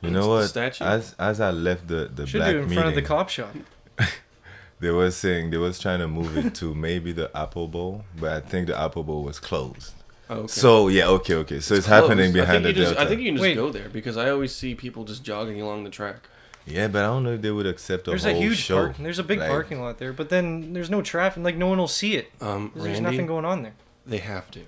Speaker 3: you know
Speaker 4: the
Speaker 3: what?
Speaker 4: statue?
Speaker 3: As as I left the the
Speaker 5: Should do
Speaker 3: black
Speaker 5: it in
Speaker 3: meeting,
Speaker 5: front of the cop shop.
Speaker 3: they were saying they was trying to move it to maybe the Apple Bowl, but I think the Apple Bowl was closed.
Speaker 4: Oh, okay.
Speaker 3: So yeah, okay, okay. So it's, happening
Speaker 4: Close. I
Speaker 3: behind the
Speaker 4: think you just,
Speaker 3: Delta.
Speaker 4: I think you can just
Speaker 5: Wait.
Speaker 4: go there because I always see people just jogging along the track.
Speaker 3: Yeah, but I don't know if they would accept a
Speaker 5: There's a
Speaker 3: whole
Speaker 5: huge
Speaker 3: show.
Speaker 5: park. There's a big
Speaker 3: Like,
Speaker 5: parking lot there, but then there's no traffic. Like no one will see it.
Speaker 4: Um,
Speaker 5: 'Cause
Speaker 4: Randy,
Speaker 5: There's nothing going on there.
Speaker 4: they have to.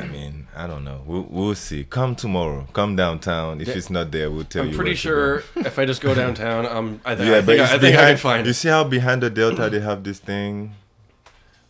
Speaker 3: I mean, I don't know. We'll, we'll see. Come tomorrow. Come downtown. If it's not there, we'll tell
Speaker 4: I'm
Speaker 3: you.
Speaker 4: pretty
Speaker 3: where to
Speaker 4: sure if I just go downtown, I'm. I, th-
Speaker 3: Yeah,
Speaker 4: I
Speaker 3: but
Speaker 4: think, I,
Speaker 3: it's
Speaker 4: I think I
Speaker 3: behind,
Speaker 4: can find
Speaker 3: You
Speaker 4: it.
Speaker 3: see how behind the Delta they have this thing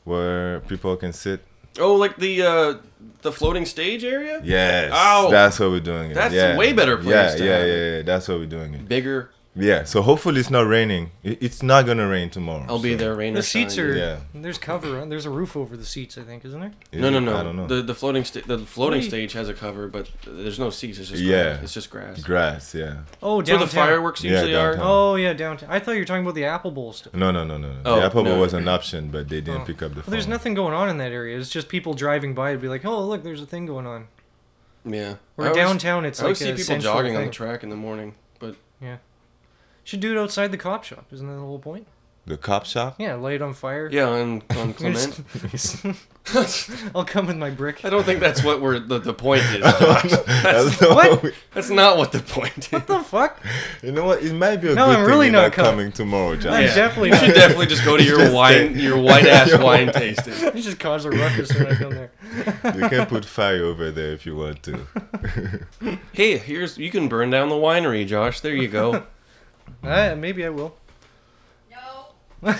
Speaker 3: where people can sit?
Speaker 4: Oh, like the uh, the floating stage area.
Speaker 3: Yes.
Speaker 4: Ow.
Speaker 3: That's what we're doing. It.
Speaker 4: That's
Speaker 3: yeah.
Speaker 4: a way better place
Speaker 3: Yeah,
Speaker 4: to
Speaker 3: yeah,
Speaker 4: have
Speaker 3: yeah,
Speaker 4: it.
Speaker 3: yeah. That's what we're doing. It.
Speaker 4: Bigger.
Speaker 3: Yeah. So hopefully it's not raining. I- It's not gonna rain tomorrow.
Speaker 4: I'll be
Speaker 3: so-
Speaker 4: there. Rain or
Speaker 5: The seats
Speaker 4: shine.
Speaker 5: are.
Speaker 3: Yeah.
Speaker 5: There's cover. on- There's a roof over the seats, I think, isn't there?
Speaker 3: Is
Speaker 4: No, no,
Speaker 3: it?
Speaker 4: no.
Speaker 3: I don't know.
Speaker 4: The the floating sta- the floating
Speaker 5: Wait.
Speaker 4: stage has a cover, but there's no seats. It's just
Speaker 3: Yeah.
Speaker 4: grass. It's just grass.
Speaker 3: Grass. Yeah.
Speaker 5: Oh,
Speaker 4: That's where
Speaker 5: downtown.
Speaker 4: the fireworks
Speaker 3: Yeah,
Speaker 4: usually
Speaker 3: downtown.
Speaker 4: are.
Speaker 5: Oh yeah, downtown. I thought you were talking about the Apple Bowl stuff.
Speaker 3: No, no, no, no. no.
Speaker 4: Oh,
Speaker 3: the Apple
Speaker 4: no. Oh.
Speaker 3: Bowl was an option, but they didn't pick up the phone.
Speaker 5: Well, there's nothing going on in that area. It's just people driving by and be like, "Oh, look, there's a thing going on."
Speaker 4: Yeah.
Speaker 5: Or
Speaker 4: I always-
Speaker 5: downtown, it's
Speaker 4: I always
Speaker 5: like
Speaker 4: see
Speaker 5: a
Speaker 4: people
Speaker 5: central
Speaker 4: jogging on
Speaker 5: thing.
Speaker 4: the track in the morning, but
Speaker 5: Should do it outside the cop shop. Isn't that the whole point?
Speaker 3: The cop shop.
Speaker 5: Yeah, light on fire.
Speaker 4: yeah, on on Clement.
Speaker 5: I'll come with my brick.
Speaker 4: I don't think that's what we're the, the point is. Josh.
Speaker 3: That's
Speaker 5: What?
Speaker 3: we-
Speaker 4: That's not what the point is.
Speaker 5: What the fuck?
Speaker 3: You know what? It might be a
Speaker 5: No,
Speaker 3: good
Speaker 5: I'm
Speaker 3: thing
Speaker 5: really
Speaker 3: you're
Speaker 5: not
Speaker 3: not
Speaker 5: coming.
Speaker 3: coming tomorrow, John.
Speaker 5: I'm definitely
Speaker 4: You
Speaker 5: not.
Speaker 4: should definitely just go to your
Speaker 3: Just
Speaker 4: wine,
Speaker 3: say-
Speaker 4: your white ass wine tasting.
Speaker 5: You just cause a ruckus when I come there.
Speaker 3: You can put fire over there if you want to.
Speaker 4: Hey, here's you can burn down the winery, Josh. There you go.
Speaker 5: Uh, maybe I will.
Speaker 7: No.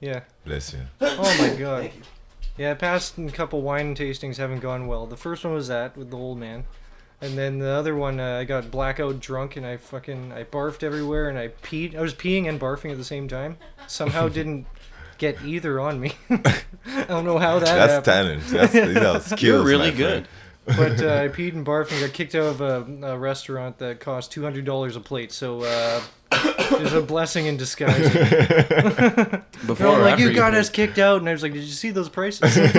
Speaker 5: Yeah.
Speaker 3: Bless you.
Speaker 5: Oh my god. Yeah, past and couple wine tastings haven't gone well. The first one was that with the old man, and then the other one uh, I got blackout drunk and I fucking I barfed everywhere and I peed. I was peeing and barfing at the same time. Somehow didn't get either on me. I don't know how that
Speaker 3: That's
Speaker 5: happened.
Speaker 3: talent. That's these are skills.
Speaker 4: You're really
Speaker 3: my
Speaker 4: good.
Speaker 3: friend.
Speaker 5: But uh, I peed and barfed and got kicked out of a, a restaurant that cost two hundred dollars a plate. So uh, it was a blessing in disguise.
Speaker 4: Before
Speaker 5: They're all
Speaker 4: or
Speaker 5: like,
Speaker 4: after
Speaker 5: you got
Speaker 4: did-
Speaker 5: us kicked out, and I was like, did you see those prices?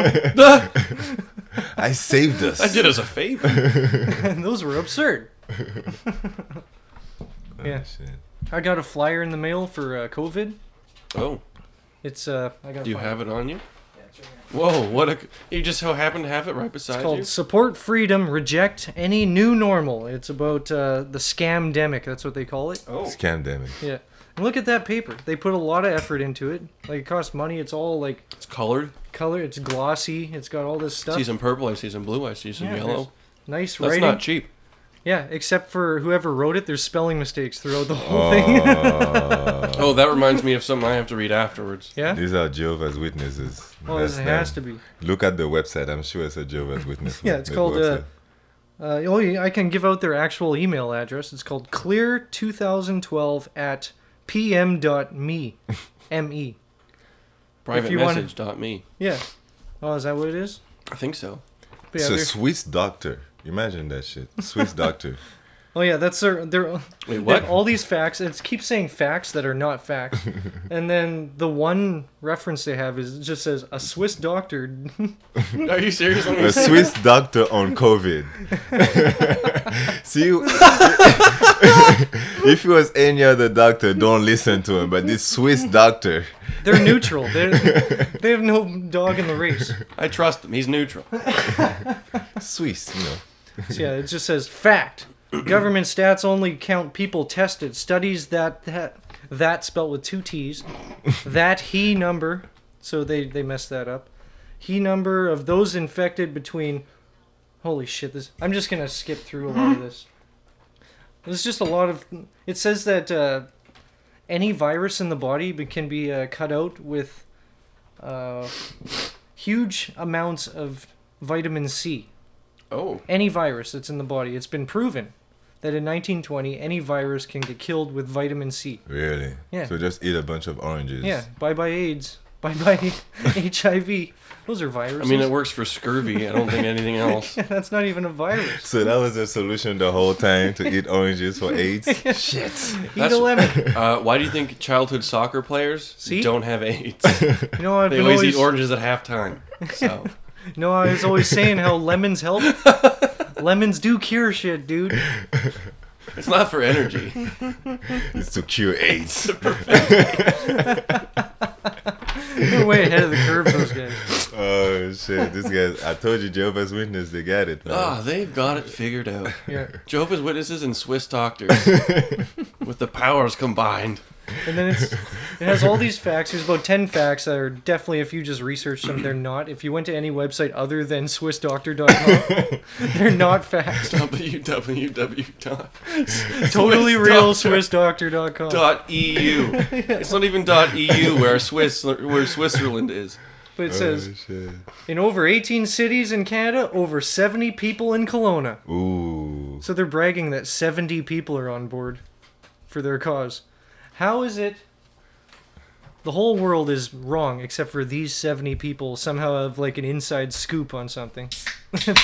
Speaker 3: I saved us.
Speaker 4: I did us a favor.
Speaker 5: and those were absurd. yeah,
Speaker 3: Oh, Shit.
Speaker 5: I got a flyer in the mail for uh, COVID.
Speaker 4: Oh,
Speaker 5: It's uh, I got. a
Speaker 4: do you
Speaker 5: flyer.
Speaker 4: have it on you? Whoa, what a! You just so happen to have it right beside
Speaker 5: It's called
Speaker 4: you.
Speaker 5: "Support Freedom, Reject Any New Normal." It's about uh, the scamdemic. That's what they call it.
Speaker 4: Oh,
Speaker 3: Scamdemic.
Speaker 5: Yeah. And look at that paper. They put a lot of effort into it. Like it costs money. It's all like
Speaker 4: it's colored.
Speaker 5: color. It's glossy. It's got all this
Speaker 4: I
Speaker 5: stuff.
Speaker 4: see some purple. I see some blue. I see some
Speaker 5: Yeah, there's
Speaker 4: yellow.
Speaker 5: Nice
Speaker 4: That's
Speaker 5: writing.
Speaker 4: not cheap.
Speaker 5: yeah, except for whoever wrote it, there's spelling mistakes throughout the whole thing.
Speaker 4: Oh, that reminds me of something I have to read afterwards.
Speaker 5: yeah.
Speaker 3: These are Jehovah's Witnesses.
Speaker 5: Well, Oh, it
Speaker 3: That's
Speaker 5: has to
Speaker 3: them.
Speaker 5: be.
Speaker 3: Look at the website. I'm sure it's a Jehovah's Witness.
Speaker 5: Yeah, it's
Speaker 3: web-
Speaker 5: called, uh,
Speaker 3: website.
Speaker 5: Uh, oh, yeah, I can give out their actual email address. It's called clear2012 at pm.me. M-E.
Speaker 4: Private
Speaker 5: you wanna-
Speaker 4: message dot me.
Speaker 5: E. Yeah. Oh, is that what it is?
Speaker 4: I think so.
Speaker 5: But
Speaker 3: It's
Speaker 5: yeah,
Speaker 3: a
Speaker 5: they're-
Speaker 3: Swiss doctor. Imagine that shit. Swiss doctor.
Speaker 5: Oh yeah, that's their their.
Speaker 4: Wait,
Speaker 5: they have
Speaker 4: what?
Speaker 5: All these facts. It keeps saying facts that are not facts, and then the one reference they have is it just says a Swiss doctor.
Speaker 4: Are you serious? Let me
Speaker 3: A
Speaker 4: see.
Speaker 3: Swiss doctor on COVID. See, if he was any other doctor, don't listen to him. But this Swiss doctor,
Speaker 5: They're neutral. They they have no dog in the race.
Speaker 4: I trust him. He's neutral.
Speaker 3: Swiss, you know.
Speaker 5: So, yeah, it just says fact. Government stats only count people tested. Studies that that that spelled with two T's. That he number. So they they messed that up. He number of those infected between. Holy shit! This I'm just gonna skip through a lot of this. There's just a lot of. It says that uh, any virus in the body be- can be uh, cut out with uh, huge amounts of vitamin C
Speaker 4: Oh,
Speaker 5: any virus that's in the body. It's been proven that in 1920 any virus can get killed with vitamin C.
Speaker 3: Really?
Speaker 5: Yeah.
Speaker 3: So just eat a bunch of oranges.
Speaker 5: Yeah, bye bye AIDS, bye bye HIV. Those are
Speaker 4: I
Speaker 5: viruses.
Speaker 4: mean, it works for scurvy. I don't think anything else.
Speaker 5: that's not even a virus.
Speaker 3: So that was the solution the whole time to eat oranges for AIDS. Shit.
Speaker 5: Eat a lemon.
Speaker 4: Uh, why do you think childhood soccer players
Speaker 5: See?
Speaker 4: don't have AIDS?
Speaker 5: You know, I've
Speaker 4: They
Speaker 5: been
Speaker 4: always,
Speaker 5: always,
Speaker 4: eat oranges at halftime. So
Speaker 5: you know, I was always saying how lemons help. lemons do cure shit, dude.
Speaker 4: it's not for energy.
Speaker 3: It's to cure AIDS.
Speaker 5: They're way ahead of the curve, those guys.
Speaker 3: oh shit! This guy. I told you, Jehovah's Witness. They got it. man.
Speaker 4: Ah, they've got it figured out.
Speaker 5: Yeah.
Speaker 4: Jehovah's Witnesses and Swiss doctors with the powers combined.
Speaker 5: And then it's it has all these facts. There's about ten facts that are definitely if you just research them, they're not. If you went to any website other than SwissDoctor.com, they're not facts.
Speaker 4: www.eu.
Speaker 5: totally real SwissDoctor.com.
Speaker 4: E It's not even dot .eu where Swiss where Switzerland is.
Speaker 5: But it
Speaker 3: Oh,
Speaker 5: says
Speaker 3: shit.
Speaker 5: in over 18 cities in Canada, over 70 people in Kelowna.
Speaker 3: Ooh.
Speaker 5: So they're bragging that 70 people are on board for their cause. How is it the whole world is wrong except for these 70 people somehow have like an inside scoop on something?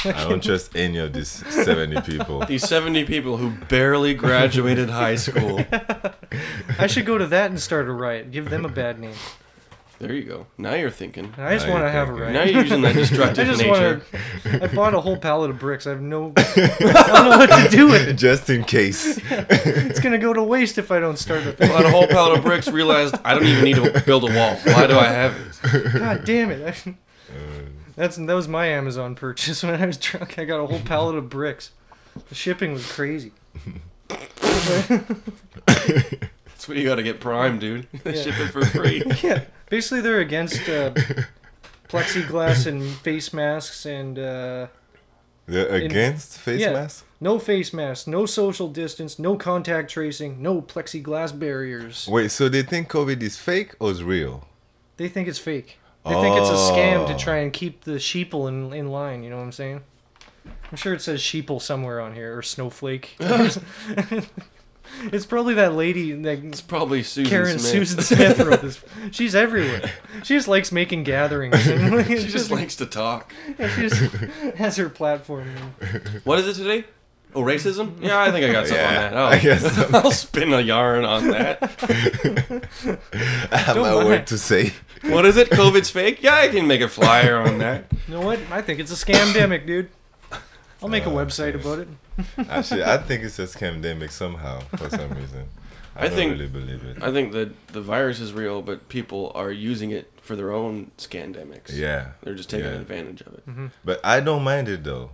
Speaker 3: I don't trust any of these seventy people.
Speaker 4: These 70 people who barely graduated high school.
Speaker 5: I should go to that and start a riot. Give them a bad name.
Speaker 4: There you go. Now you're thinking.
Speaker 5: I just
Speaker 3: Now
Speaker 5: want to
Speaker 3: you're
Speaker 5: have a
Speaker 3: thinking.
Speaker 5: riot.
Speaker 4: Now you're using that
Speaker 5: I
Speaker 4: destructive
Speaker 5: just
Speaker 4: nature.
Speaker 5: want to. I bought a whole pallet of bricks. I have no. I don't know what to do with it.
Speaker 3: Just in case.
Speaker 5: It's gonna go to waste if I don't start a thing.
Speaker 4: Bought a whole pallet of bricks, realized I don't even need to build a wall. Why do I have it?
Speaker 5: God damn it! I- That's that was my Amazon purchase when I was drunk. I got a whole pallet of bricks. The shipping was crazy.
Speaker 4: That's what you got to get Prime, dude. They
Speaker 5: Yeah.
Speaker 4: Ship it for free.
Speaker 5: Yeah, basically they're against uh, plexiglass and face masks and uh,
Speaker 3: They're against face
Speaker 5: yeah.
Speaker 3: masks.
Speaker 5: no face masks, no social distance, no contact tracing, no plexiglass barriers.
Speaker 3: Wait. So they think COVID is fake or is real?
Speaker 5: They think it's fake. They think it's a scam to
Speaker 3: Oh.
Speaker 5: try and keep the sheeple in, in line. You know what I'm saying? I'm sure it says sheeple somewhere on here or snowflake. it's probably that lady, that
Speaker 4: It's probably Susan
Speaker 5: Karen
Speaker 4: Smith.
Speaker 5: Susan Smith wrote this. She's everywhere. She just likes making gatherings.
Speaker 4: She just likes to talk.
Speaker 5: she just has her platform.
Speaker 4: What is it today? Oh, racism? Yeah, I think I got something
Speaker 3: Yeah,
Speaker 4: on
Speaker 3: I
Speaker 4: that.
Speaker 3: guess
Speaker 4: Oh, I'll spin a yarn on that.
Speaker 3: I have
Speaker 5: Don't
Speaker 3: my
Speaker 5: lie.
Speaker 3: word to say.
Speaker 4: What is it? COVID's fake? Yeah, I can make a flyer on that.
Speaker 5: You know what? I think it's a scamdemic, dude. I'll make a website about it.
Speaker 3: Actually, Ah, I think it's a scamdemic somehow for some reason. I,
Speaker 4: I
Speaker 3: don't
Speaker 4: think-
Speaker 3: really believe it.
Speaker 4: I think that the virus is real, but people are using it for their own scandemics.
Speaker 3: yeah,
Speaker 4: They're just taking
Speaker 3: yeah.
Speaker 4: advantage of it.
Speaker 5: Mm-hmm.
Speaker 3: But I don't mind it though.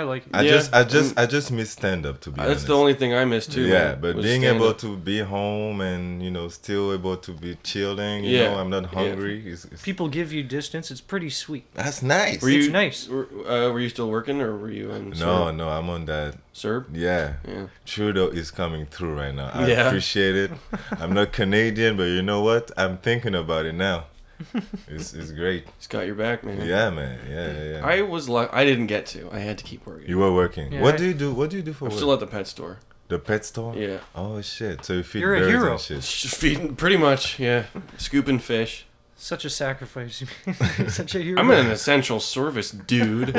Speaker 5: I like it.
Speaker 3: I
Speaker 4: Yeah.
Speaker 3: just, I just, I just miss stand up to be
Speaker 4: Uh,
Speaker 3: honest.
Speaker 4: That's the only thing I miss too.
Speaker 3: yeah,
Speaker 4: man,
Speaker 3: but
Speaker 4: was
Speaker 3: being
Speaker 4: stand-up.
Speaker 3: able to be home and you know still able to be chilling, you
Speaker 4: Yeah,
Speaker 3: know, I'm not
Speaker 4: yeah.
Speaker 3: hungry. It's, it's,
Speaker 5: People give you distance. It's pretty sweet.
Speaker 3: that's nice.
Speaker 4: Were you
Speaker 5: It's nice.
Speaker 4: Were, uh, were you still working, or were you in
Speaker 3: no, no, I'm on that.
Speaker 4: Serb?
Speaker 3: Yeah.
Speaker 4: Yeah.
Speaker 3: Trudeau is coming through right now. I
Speaker 4: Yeah.
Speaker 3: appreciate it. I'm not Canadian, but you know what? I'm thinking about it now. It's, it's great.
Speaker 4: He's got your back, man.
Speaker 3: Yeah, man. Yeah, yeah, yeah.
Speaker 4: I was like, I didn't get to. I had to keep working.
Speaker 3: You were working.
Speaker 5: Yeah,
Speaker 3: what
Speaker 5: I-
Speaker 3: do you do? What do you do for
Speaker 4: I'm
Speaker 3: work?
Speaker 4: still at the pet store.
Speaker 3: the pet store.
Speaker 4: Yeah.
Speaker 3: Oh shit! So you feed
Speaker 5: You're a
Speaker 3: birds
Speaker 5: hero.
Speaker 3: and shit.
Speaker 4: Just feeding, pretty much. Yeah, scooping fish.
Speaker 5: Such a sacrifice. Such a hero.
Speaker 4: I'm an essential service dude.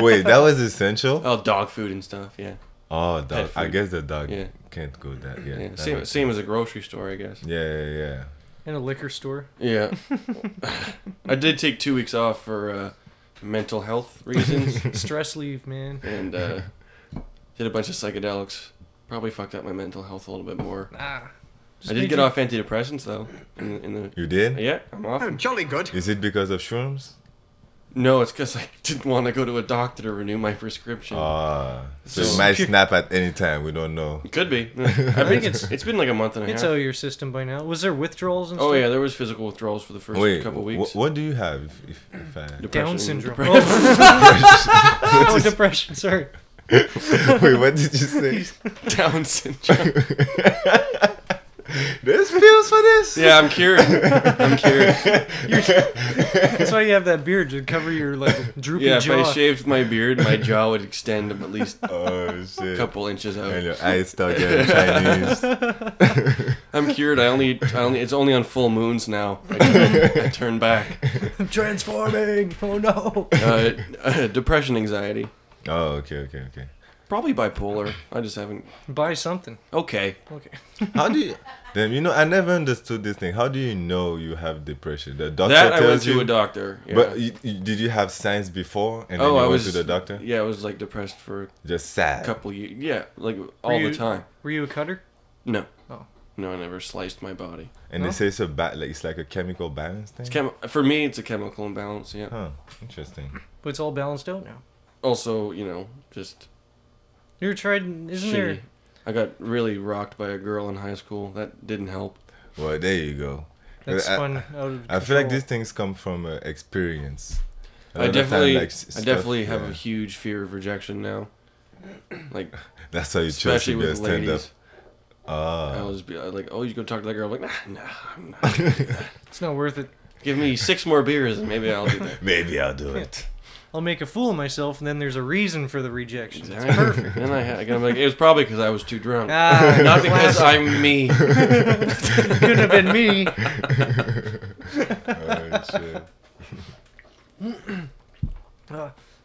Speaker 3: Wait, that was essential.
Speaker 4: Oh, dog food and stuff. Yeah.
Speaker 3: Oh, dog. I
Speaker 4: food.
Speaker 3: guess the dog
Speaker 4: Yeah.
Speaker 3: can't go that. Yeah.
Speaker 4: Yeah,
Speaker 3: that
Speaker 4: same
Speaker 3: makes
Speaker 4: same as a grocery store, I guess.
Speaker 3: sense. Yeah, yeah, yeah.
Speaker 5: in a liquor store.
Speaker 4: Yeah, I did take two weeks off for uh, mental health reasons,
Speaker 5: Stress leave, man.
Speaker 4: and uh, did a bunch of psychedelics. Probably fucked up my mental health a little bit more.
Speaker 5: Ah, Just
Speaker 4: I
Speaker 5: made
Speaker 4: did get
Speaker 5: you-
Speaker 4: off antidepressants though. In the, in the
Speaker 3: You did?
Speaker 4: yeah, I'm off.
Speaker 5: Oh,
Speaker 4: 'em.
Speaker 6: Jolly good.
Speaker 3: Is it because of shrooms?
Speaker 4: No, it's because I didn't want to go to a doctor to renew my prescription.
Speaker 3: Uh, so it might snap at any time. We don't know.
Speaker 4: Could be. I think it's
Speaker 5: it's-
Speaker 4: it's been like a month and a
Speaker 5: It's
Speaker 4: half.
Speaker 5: out of your system by now. Was there withdrawals and
Speaker 4: Oh
Speaker 5: stuff?
Speaker 4: yeah, there was physical withdrawals for the first
Speaker 3: Wait,
Speaker 4: couple
Speaker 3: wh-
Speaker 4: weeks.
Speaker 3: what do you have? If, if, if I...
Speaker 5: Down
Speaker 4: Depression,
Speaker 5: syndrome.
Speaker 4: depression.
Speaker 5: Oh, oh, depression. Sorry.
Speaker 3: Wait, what did you say?
Speaker 4: Down syndrome.
Speaker 3: There's pills for this?
Speaker 4: Yeah, I'm cured. I'm cured.
Speaker 5: That's why you have that beard to cover your like droopy
Speaker 4: Yeah, if
Speaker 5: jaw.
Speaker 4: I shaved my beard, my jaw would extend at least a
Speaker 3: Oh shit.
Speaker 4: couple inches
Speaker 3: And
Speaker 4: out.
Speaker 3: your eyes start getting Chinese.
Speaker 4: I'm cured. I only, I only, it's only on full moons now. I turn, I turn back.
Speaker 5: I'm transforming. Oh no.
Speaker 4: Uh, uh, depression, anxiety,
Speaker 3: Oh, okay, okay, okay.
Speaker 4: probably bipolar. I just haven't.
Speaker 5: Buy something.
Speaker 4: Okay,
Speaker 5: Okay.
Speaker 3: How do you? Damn, you know, I never understood this thing. How do you know you have depression? The doctor
Speaker 4: that I
Speaker 3: tells
Speaker 4: went to
Speaker 3: you.
Speaker 4: a doctor. Yeah.
Speaker 3: But you, you- did you have signs before, and then
Speaker 4: oh,
Speaker 3: you
Speaker 4: I
Speaker 3: went
Speaker 4: was
Speaker 3: to the doctor?
Speaker 4: Yeah, I was like depressed for
Speaker 3: Just sad.
Speaker 4: a couple years. Yeah, like all
Speaker 5: you-
Speaker 4: the time.
Speaker 5: Were you a cutter?
Speaker 4: No.
Speaker 5: Oh.
Speaker 4: No, I never sliced my body.
Speaker 3: And they say it's a ba- like it's like a chemical balance thing.
Speaker 4: It's chem- for me, it's a chemical imbalance. Yeah.
Speaker 3: huh? Interesting.
Speaker 5: But it's all balanced out now.
Speaker 4: Also, you know, just
Speaker 5: You were trying. Isn't
Speaker 4: shitty.
Speaker 5: there?
Speaker 4: I got really rocked by a girl in high school. That didn't help.
Speaker 3: Well, there you go.
Speaker 5: That
Speaker 3: I-
Speaker 5: spun out of.
Speaker 3: I feel like
Speaker 5: control.
Speaker 3: these things come from uh, experience. A
Speaker 4: I
Speaker 3: lot of time,
Speaker 4: definitely,
Speaker 3: like, s-
Speaker 4: I
Speaker 3: stuff-
Speaker 4: definitely have
Speaker 3: yeah.
Speaker 4: a huge fear of rejection now. Like,
Speaker 3: That's how you chose
Speaker 4: especially
Speaker 3: to Ah. be a
Speaker 4: with
Speaker 3: stand up.
Speaker 4: ladies. I was be I like, oh, you go talk to that girl. I'm like, nah, nah, I'm not.
Speaker 5: It's not worth it.
Speaker 4: Give me six more beers and maybe I'll do that.
Speaker 3: Maybe I'll do it.
Speaker 5: I'll make a fool of myself, and then there's a reason for the rejection.
Speaker 4: All right. Then I had, I'm like, it was probably because I was too drunk.
Speaker 5: Ah,
Speaker 4: Not because I'm me.
Speaker 5: couldn't have been me.
Speaker 3: Oh, shit.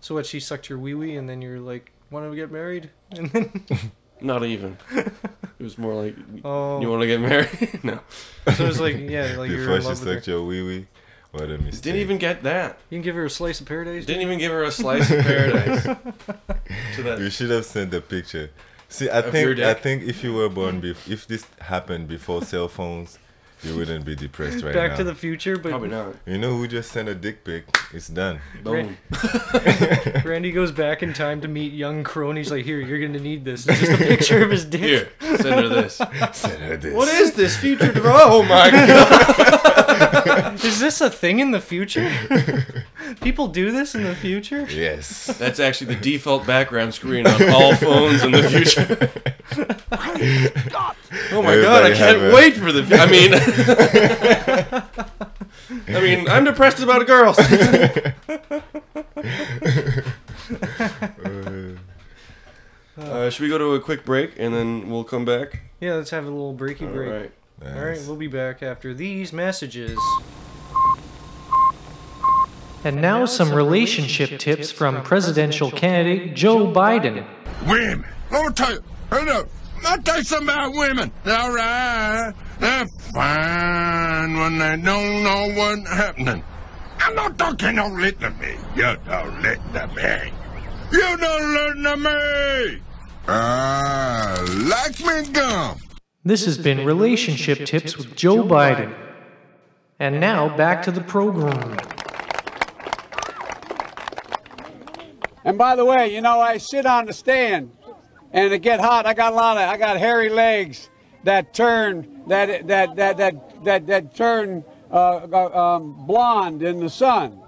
Speaker 5: So what? She sucked your wee wee, and then you're like, "Want to get married?" And then
Speaker 4: Not even. It was more like,
Speaker 5: oh,
Speaker 4: you want to get married? no.
Speaker 5: so it's like, yeah, like you're
Speaker 3: Before
Speaker 5: in
Speaker 3: she
Speaker 5: love with her.
Speaker 3: sucked your wee wee, what a mistake.
Speaker 4: Didn't even get that.
Speaker 5: You can give her a slice of paradise.
Speaker 4: Didn't even give her a slice of paradise. to
Speaker 3: You
Speaker 4: that.
Speaker 3: should have sent the picture. See, I
Speaker 4: Of your
Speaker 3: think I
Speaker 4: dick.
Speaker 3: think if you were born bef- if this happened before cell phones, you wouldn't be depressed right
Speaker 5: Back
Speaker 3: now.
Speaker 5: to the future, but
Speaker 4: Probably not.
Speaker 3: you know who just sent a dick pic? It's done.
Speaker 4: Boom.
Speaker 5: Randy goes back in time to meet young cronies. Like, here, you're gonna need this. It's just a picture of his dick.
Speaker 4: Here, send her this.
Speaker 3: Send her this.
Speaker 4: What is this future? dra- Oh my god.
Speaker 5: Is this a thing in the future? People do this in the future.
Speaker 3: Yes.
Speaker 4: That's actually the default background screen on all phones in the future. Oh my god, I
Speaker 3: Everybody
Speaker 4: can't
Speaker 3: have a-
Speaker 4: wait for the. I mean, I mean, I'm depressed about girls. uh, should we go to a quick break and then we'll come back?
Speaker 5: Yeah, let's have a little breaky break.
Speaker 4: All right.
Speaker 5: All right, we'll be back after these messages. And now, some, relationship, tips from, presidential, candidate Joe Biden.
Speaker 9: Women. Let me tell you. Hey, look. I'll tell you something about women. They're all right. They're fine when they don't know what's happening. I'm not talking no lit to me. You don't lit to me. You don't lit to me. Ah, like me gum.
Speaker 5: This, has been relationship, tips with Joe Biden. And, now, back, to the program.
Speaker 10: And by the way, you know, I sit on the stand and it get hot. I got a lot of, I got hairy legs that turn, that, that, that, that, that, that turn uh, uh, um, blonde in the sun.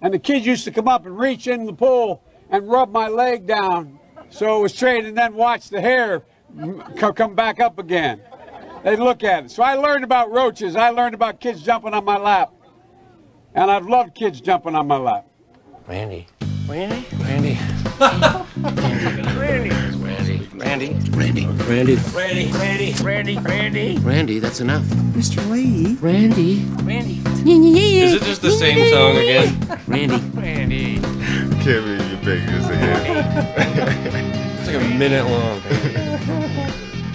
Speaker 10: And the kids used to come up and reach in the pool and rub my leg down so it was straight and then watch the hair m- co- come back up again. They look at it. So I learned about roaches. I learned about kids jumping on my lap. And I've loved kids jumping on my lap.
Speaker 6: Randy. Randy? Randy. Randy. Randy. Randy. Randy. Randy.
Speaker 1: Randy, Randy, Randy, Randy.
Speaker 6: Randy, that's enough. Mr. Lee. Randy.
Speaker 4: Is it just the same song again?
Speaker 6: Randy.
Speaker 3: Can't believe you picked this again.
Speaker 4: It's like a minute long.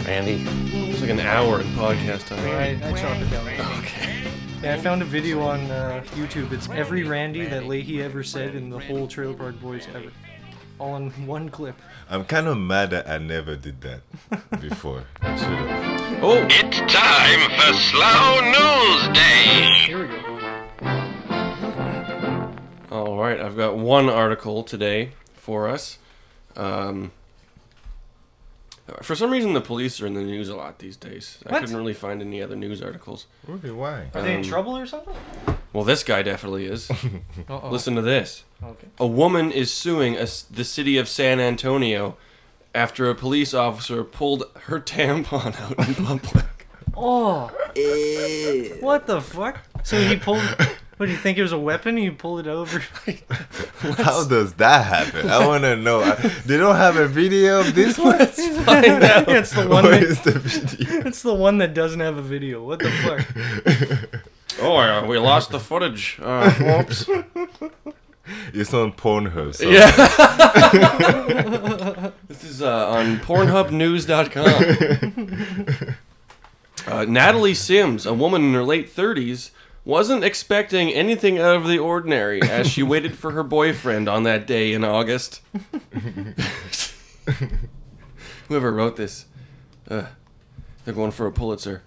Speaker 4: Randy. It's like an hour in podcast time.
Speaker 5: I, I chopped it down. Okay. Yeah, I found a video on uh, YouTube. It's every Randy that Leahy ever said in the whole Trailer Park Boys ever. All in one clip.
Speaker 3: I'm kind of mad that I never did that before. I should have.
Speaker 4: Oh!
Speaker 9: It's time for Slow News Day.
Speaker 5: Here we go.
Speaker 4: All right, I've got one article today for us. Um, for some reason, the police are in the news a lot these days. I
Speaker 5: What?
Speaker 4: couldn't really find any other news articles.
Speaker 3: Ruby, why?
Speaker 5: Are they in
Speaker 4: Um,
Speaker 5: trouble or something?
Speaker 4: Well, this guy definitely is.
Speaker 5: Uh-oh.
Speaker 4: Listen to this.
Speaker 5: Okay.
Speaker 4: A woman is suing a s the city of San Antonio after a police officer pulled her tampon out in public.
Speaker 5: Oh.
Speaker 3: Eh.
Speaker 5: What the fuck? So he pulled. What do you think it was a weapon? He pulled it over.
Speaker 3: How does that happen? I want to know. I- they don't have a video of this one.
Speaker 5: it's the one.
Speaker 3: Where
Speaker 5: That,
Speaker 3: is the video?
Speaker 5: it's the one that doesn't have a video. What the fuck?
Speaker 4: oh, uh, we lost the footage. Uh, whoops.
Speaker 3: It's on Pornhub. So
Speaker 4: Yeah. this is uh, on PornhubNews.com. Uh, Natalie Sims, a woman in her late 30s, wasn't expecting anything out of the ordinary as she waited for her boyfriend on that day in August. Whoever wrote this, uh, they're going for a Pulitzer.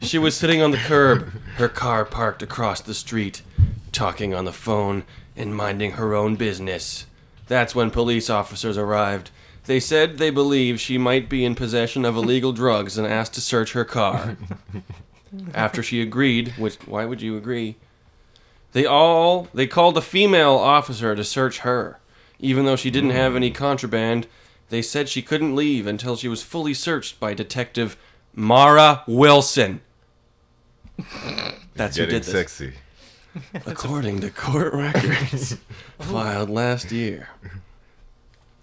Speaker 4: She was sitting on the curb, her car parked across the street, talking on the phone and minding her own business. That's when police officers arrived. They said they believe she might be in possession of illegal drugs and asked to search her car. After she agreed, which why would you agree? They all they called a female officer to search her. Even though she didn't have any contraband, they said she couldn't leave until she was fully searched by Detective Mara Wilson. That's who
Speaker 3: getting
Speaker 4: did this.
Speaker 3: sexy.
Speaker 4: According to court records filed last year.